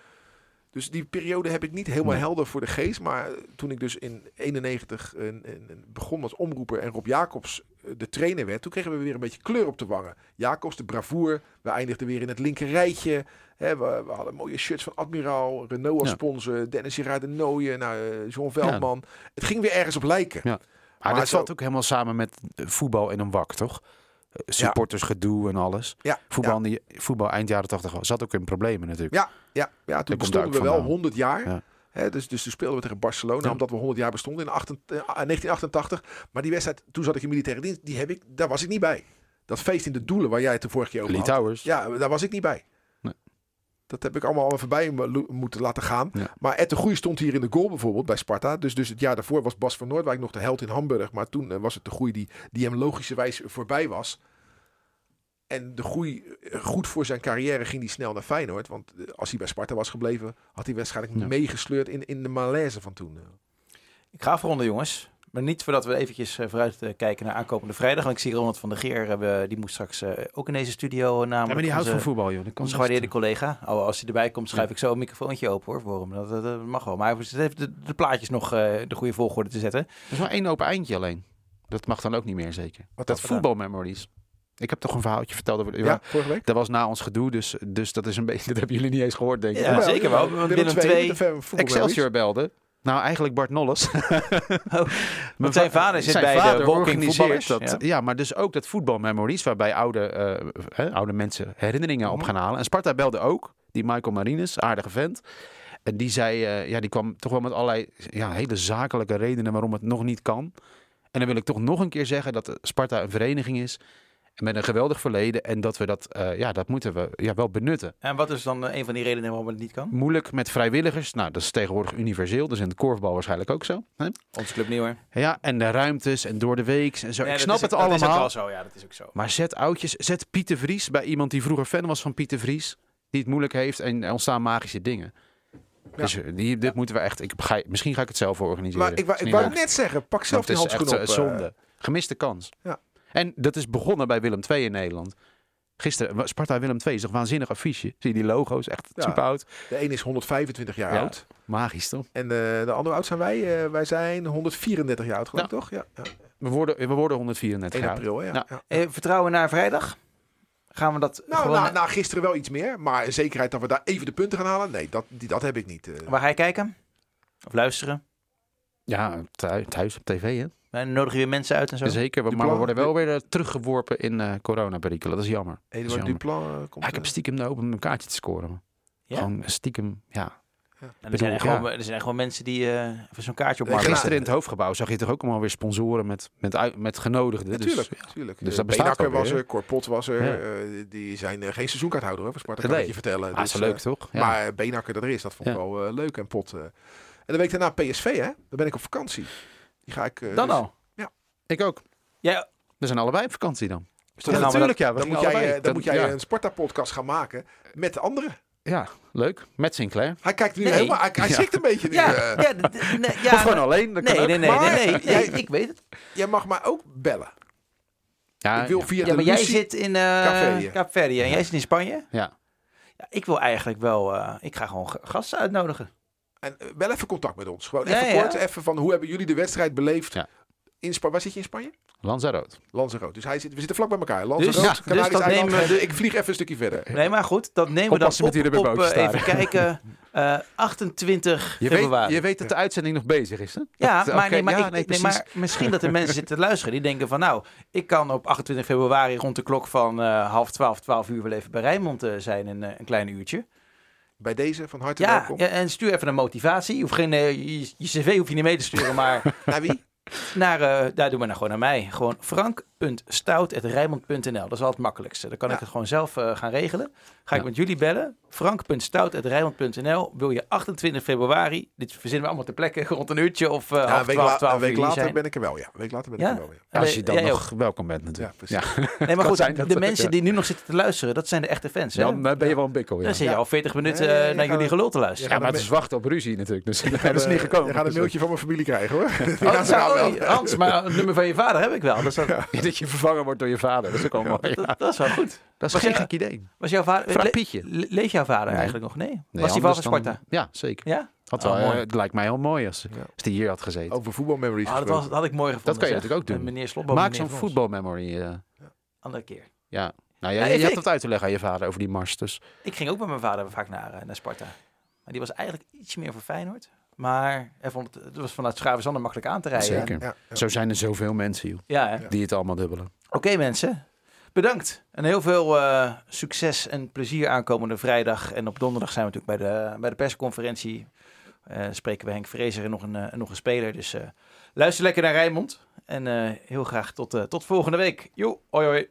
D: Dus die periode heb ik niet helemaal
E: Nee.
D: helder voor de geest. Maar eh, toen ik dus in 91 een- een- een begon als omroeper en Rob Jacobs eh, de trainer werd, toen kregen we weer een beetje kleur op de wangen. Jacobs de bravoer, we eindigden weer in het linker rijtje. Hè, we, we hadden mooie shirts van Admiraal, Renault als
E: Ja.
D: sponsor, Dennis Gerard de Nooijen, nou, eh, John Veldman. Het ging weer ergens op lijken.
E: Ja. Maar,
D: Maar
E: dat
D: zo-
E: zat ook helemaal samen met eh, voetbal in een wak, toch? Eh, Supportersgedoe en alles.
D: Ja,
E: Voetbal, in die, voetbal eind jaren 80 zat ook in problemen natuurlijk.
D: Ja, ja, ja toen
E: komt
D: bestonden
E: daar
D: we
E: ook
D: wel
E: vandaan.
D: 100 jaar.
E: Ja.
D: Hè, dus, dus toen speelden we tegen Barcelona,
E: Ja.
D: omdat we 100 jaar bestonden in 18 eh, 1988. Maar die wedstrijd, toen zat ik in militaire dienst, die heb ik, daar was ik niet bij. Dat feest in de Doelen, waar jij het de vorige keer over
E: Lee
D: had.
E: Towers.
D: Ja, daar was ik niet bij.
E: Nee.
D: Dat heb ik allemaal voorbij mo- lo- moeten laten gaan.
E: Ja.
D: Maar Ed de Goeie stond hier in de goal bijvoorbeeld bij Sparta. Dus, dus het jaar daarvoor was Bas van Noordwijk nog de held in Hamburg. Maar toen eh, was het de Goeie die, die hem logischerwijs voorbij was. En de Goeie, eh, goed voor zijn carrière, ging hij snel naar Feyenoord. Want eh, als hij bij Sparta was gebleven, had hij waarschijnlijk
E: Ja.
D: meegesleurd in, in de malaise van toen. eh.
C: Ik ga afronden, jongens. Maar niet voordat we eventjes eh, vooruit eh, kijken naar aankomende vrijdag. Want ik zie Ronald van der Geer, eh, we- die moet straks eh, ook in deze studio eh, namelijk...
E: Ja, maar die houdt
C: onze-
E: van voetbal, joh. Dat kan
C: Onze
E: best.
C: gewaardeerde collega. Oh, als hij erbij komt, schuif ik zo een microfoontje open hoor, voor hem. Dat, dat, dat mag wel. Maar hij zit even de, de plaatjes nog eh, de goede volgorde te zetten.
E: Er is maar één open eindje alleen. Dat mag dan ook niet meer, zeker.
D: Wat
E: dat
D: dat
E: voetbalmemories. Ik heb toch een verhaaltje verteld over...
D: Ja,
E: Ja.
D: vorige week.
E: Dat was na ons gedoe, dus, dus dat is een beetje... [laughs] Dat hebben jullie niet eens gehoord, denk ik.
C: Ja,
E: Maar
C: zeker wel.
D: Willem
C: Willem
D: II,
C: II,
D: met de ver- voetbalmemories.
E: Excelsior belde. Nou, eigenlijk Bart [laughs] Nolles. Mijn
C: Want zijn
E: va-
C: vader zit
E: zijn
C: bij de
E: vader
C: Walking
E: organiseert
C: Voetballers,
E: Dat, ja.
C: ja.
E: maar dus ook dat voetbalmemories waarbij oude, eh, hè, oude mensen herinneringen op gaan halen. En Sparta belde ook, die Michael Marines, aardige vent. En die zei, eh, ja, die kwam toch wel met allerlei ja, hele zakelijke redenen waarom het nog niet kan. En dan wil ik toch nog een keer zeggen dat eh, Sparta een vereniging is met een geweldig verleden en dat we dat, eh, ja, dat moeten we ja, wel benutten.
C: En wat is dan eh, een van die redenen waarom het niet kan?
E: Moeilijk met vrijwilligers, nou, dat is tegenwoordig universeel, dus in het korfbal waarschijnlijk ook zo. Hè?
C: Onze club nieuwer.
E: Ja, en de ruimtes en door de weeks en zo.
C: Nee,
E: ik
C: dat
E: snap
C: is-
E: het
C: Dat is ook
E: allemaal.
C: wel zo, ja, dat is ook zo.
E: Maar zet oudjes, zet Pieter Vries bij iemand die vroeger fan was van Pieter Vries. Die het moeilijk heeft en er ontstaan magische dingen. Dus eh, die, dit moeten we echt. Ik ga, misschien ga ik het zelf organiseren.
D: Maar ik, wou-
E: Is
D: ik
E: niet
D: wou
E: leuk.
D: net zeggen, pak zelf
E: Want
D: die
E: Het is
D: handschoen op.
E: echt eh,
D: eh,
E: zonde. Gemiste kans.
D: Ja.
E: En dat is begonnen bij Willem II in Nederland. Gisteren, wa- Sparta Willem II is toch een waanzinnig affiche. Zie je die logo's, echt
D: Ja.
E: super oud.
D: De een is 125 jaar
E: Ja.
D: oud.
E: Magisch toch?
D: En eh, de andere oud zijn wij. eh, wij zijn 134 jaar oud, geloof ik, toch? Ja, ja.
E: We worden, we
D: 1
E: worden 134 jaar.
D: april, hè, ja.
E: Nou,
D: ja.
C: Eh, vertrouwen naar vrijdag? Gaan we dat
D: Nou,
C: gewoon...
E: eh,
D: na, na gisteren wel iets meer. Maar een zekerheid dat we daar even de punten gaan halen? Nee, dat, die, dat heb ik niet. eh.
C: Waar ga je kijken? Of luisteren?
E: Ja, thu- thuis op tv hè.
C: Wij nodigen weer mensen uit en zo.
E: Zeker, maar
D: Duplan-
E: we worden wel weer eh, teruggeworpen in eh coronaperikelen. Dat is jammer.
D: Eduard
E: jammer.
D: Duplan eh, komt...
E: Ja, ik heb
D: eh,
E: stiekem de hoop om een kaartje te scoren. man.
C: Ja?
E: Gewoon stiekem, ja.
C: En er, zijn echt
E: Bedoel,
C: gewoon, er zijn echt gewoon mensen die eh, even zo'n kaartje
D: Nee,
C: opmaken.
D: geen
E: Gisteren in het hoofdgebouw zag je toch ook allemaal weer sponsoren met, met, ui- met genodigden.
D: Natuurlijk,
E: Dus,
D: natuurlijk.
E: Dus
D: Eh,
E: dat bestaat
D: Beenakker
E: alweer,
D: was
E: hè?
D: er, Corpot was er.
E: Ja.
D: eh, die zijn eh, geen seizoenkaarthouder hoor, voor Sparta, kan
E: Nee.
D: ik je vertellen.
E: ah, is wel
D: Dus,
E: leuk
D: eh,
E: toch? Ja.
D: Maar eh, Beenakker dat er is, dat vond ik
E: Ja.
D: wel eh, leuk. En Pot. eh. En de week daarna PSV, hè? Dan ben ik op vakantie. Die ga ik... eh,
C: Dan
D: dus-
C: al.
E: ik ook.
C: Ja,
E: We zijn allebei op vakantie dan.
C: dan gaan we
E: natuurlijk, ja. we
D: Dan
E: gingen
D: moet jij,
E: allebei.
D: eh, dan
E: Dat-
D: moet jij
E: ja.
D: een Sparta-podcast gaan maken met de anderen.
E: Ja, leuk. Met Sinclair.
D: Hij kijkt nu
C: Nee.
D: helemaal... Hij, hij
E: Ja.
D: schrikt een beetje nu.
C: ja,
D: eh.
C: ja, d- d- nee, ja, nou,
E: of gewoon alleen. dat kan
C: nee,
E: ook.
C: nee, nee, nee,
D: Maar-
C: nee, nee,
D: Jij-
C: ik weet het.
D: Jij mag mij ook bellen.
E: Ja,
D: ik wil
E: Ah, ja.
D: via
C: Ja,
D: de
C: maar jij
D: Lucie-
C: zit in eh
D: Kaapverdië.
C: Kaapverdië en jij zit in Spanje.
E: Ja.
C: Ja, ik wil eigenlijk wel, eh, ik ga gewoon g- gasten uitnodigen.
D: En eh, wel even contact met ons. Gewoon
C: Ja,
D: even
C: ja.
D: kort, even van hoe hebben jullie de wedstrijd beleefd?
E: Ja.
D: In Spa- waar zit je in Spanje?
E: Lanzarote.
D: Lanzarote. Dus hij zit, we zitten vlak bij elkaar. Lanzarote,
C: ja,
D: dus,
C: dus dat nemen we-
D: Ik vlieg even een stukje verder.
C: Nee, maar goed, dat nemen we dan
E: Oppassen
C: op,
E: met die
C: op
E: rubberbootjes
C: eh,
E: daar.
C: even
E: [laughs]
C: kijken, eh 28
E: Je weet,
C: februari.
E: je weet dat de uitzending nog bezig is, hè?
C: ja,
E: Oké,
C: maar, nee, maar,
E: ja,
C: ik,
E: nee,
C: nee, maar misschien dat er mensen zitten te luisteren die denken van nou, ik kan op 28 februari rond de klok van eh, half 12, 12 uur wel even bij Rijnmond eh, zijn, een, eh, een klein uurtje.
D: Bij deze van harte
C: Ja,
D: welkom.
C: ja, en stuur even een motivatie. Je hoeft geen, eh, je, je cv hoef je niet mee te sturen,
E: [laughs]
C: maar
D: Naar
C: [laughs]
D: wie?
C: naar, eh, daar doe maar nou gewoon naar mij. Gewoon frank.stout.rijmond.nl. Dat is wel het makkelijkste. Dan kan
D: Ja.
C: ik het gewoon zelf eh, gaan regelen. Ga ik
E: Ja.
C: met jullie bellen. frank.stout.rijmond.nl. Wil je 28 februari, dit verzinnen we allemaal ter plekke, [laughs] rond een uurtje of eh
D: Ja,
C: half
D: Nou, een week,
C: 12,
D: la-
C: 12
D: een week
C: uur hier
D: later
C: zijn.
D: ben ik er wel, ja. Een week later ben
C: Ja?
D: ik er wel, ja.
E: Als je dan
C: Jij
D: [laughs]
C: ook.
E: nog welkom bent natuurlijk.
D: Ja, precies.
C: Nee, maar goed,
E: zijn dat
C: de
E: ook,
D: eh,
C: mensen
E: ja.
C: die nu nog zitten te luisteren, dat zijn de echte fans. Hè?
E: Dan eh, ben je wel een bikkel, ja.
C: Dan zit je al 40 minuten
D: Nee,
C: eh,
D: je
C: naar
D: gaat-
C: jullie gelul te luisteren.
E: Ja, maar het is wachten op ruzie natuurlijk. [laughs] Dus dat is
D: Eh,
E: niet gekomen.
D: Je gaat een mailtje van mijn familie krijgen, hoor. Die
C: Oh,
D: gaan
C: dat
D: ze nou
C: zou,
D: wel.
C: oh, Hans, maar het nummer van je vader heb ik
D: [laughs]
C: wel. Dus dat,
E: [laughs] Dat je vervangen wordt door je vader. Dat is ook al mooi.
C: dat, dat is wel goed.
E: Dat
C: Maar
E: is geen
C: ja,
E: gek idee.
C: Was jouw vader...
E: Vraag
C: le-
E: Pietje.
C: le- leeft jouw vader
E: Nee.
C: eigenlijk nog? Nee.
E: Nee,
C: Was hij wel
E: anders
C: van
E: dan-
C: Sparta?
E: Ja, zeker.
C: Ja?
E: Had
C: Oh,
E: wel, eh,
C: mooi.
E: het lijkt mij heel mooi als, als die hier had gezeten.
D: Over voetbalmemories
C: Ah, dat, was,
D: gesproken.
C: dat had ik mooi gevonden.
E: Dat kan je
C: zeg.
E: natuurlijk ook doen.
C: Met Meneer Slobboom.
E: Maak
C: meneer
E: zo'n
C: Vos.
E: voetbalmemory. eh.
C: Andere keer.
E: ja. Nou, ja,
C: Ja,
E: je,
C: ik-
E: je hebt dat uit te leggen aan je vader over die mars. Dus
C: Ik ging ook met mijn vader vaak naar, eh, naar Sparta. Maar die was eigenlijk iets meer voor Feyenoord. Maar hij vond het, het was vanuit Schavenzanden makkelijk aan te rijden.
E: Zeker.
D: Ja, ja.
E: zo zijn er zoveel mensen, joh,
C: Ja, hè? Oké
E: die het allemaal dubbelen.
C: mensen, bedankt. En heel veel eh, succes en plezier aankomende vrijdag. En op donderdag zijn we natuurlijk bij de, bij de persconferentie. Eh, spreken we Henk Vrezer en nog een, eh, en nog een speler. Dus eh, luister lekker naar Rijnmond. En eh, heel graag tot, eh, tot volgende week. Jo, hoi hoi.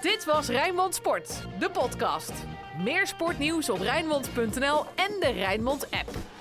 A: Dit was Rijnmond Sport, de podcast. Meer sportnieuws op Rijnmond.nl en de Rijnmond app.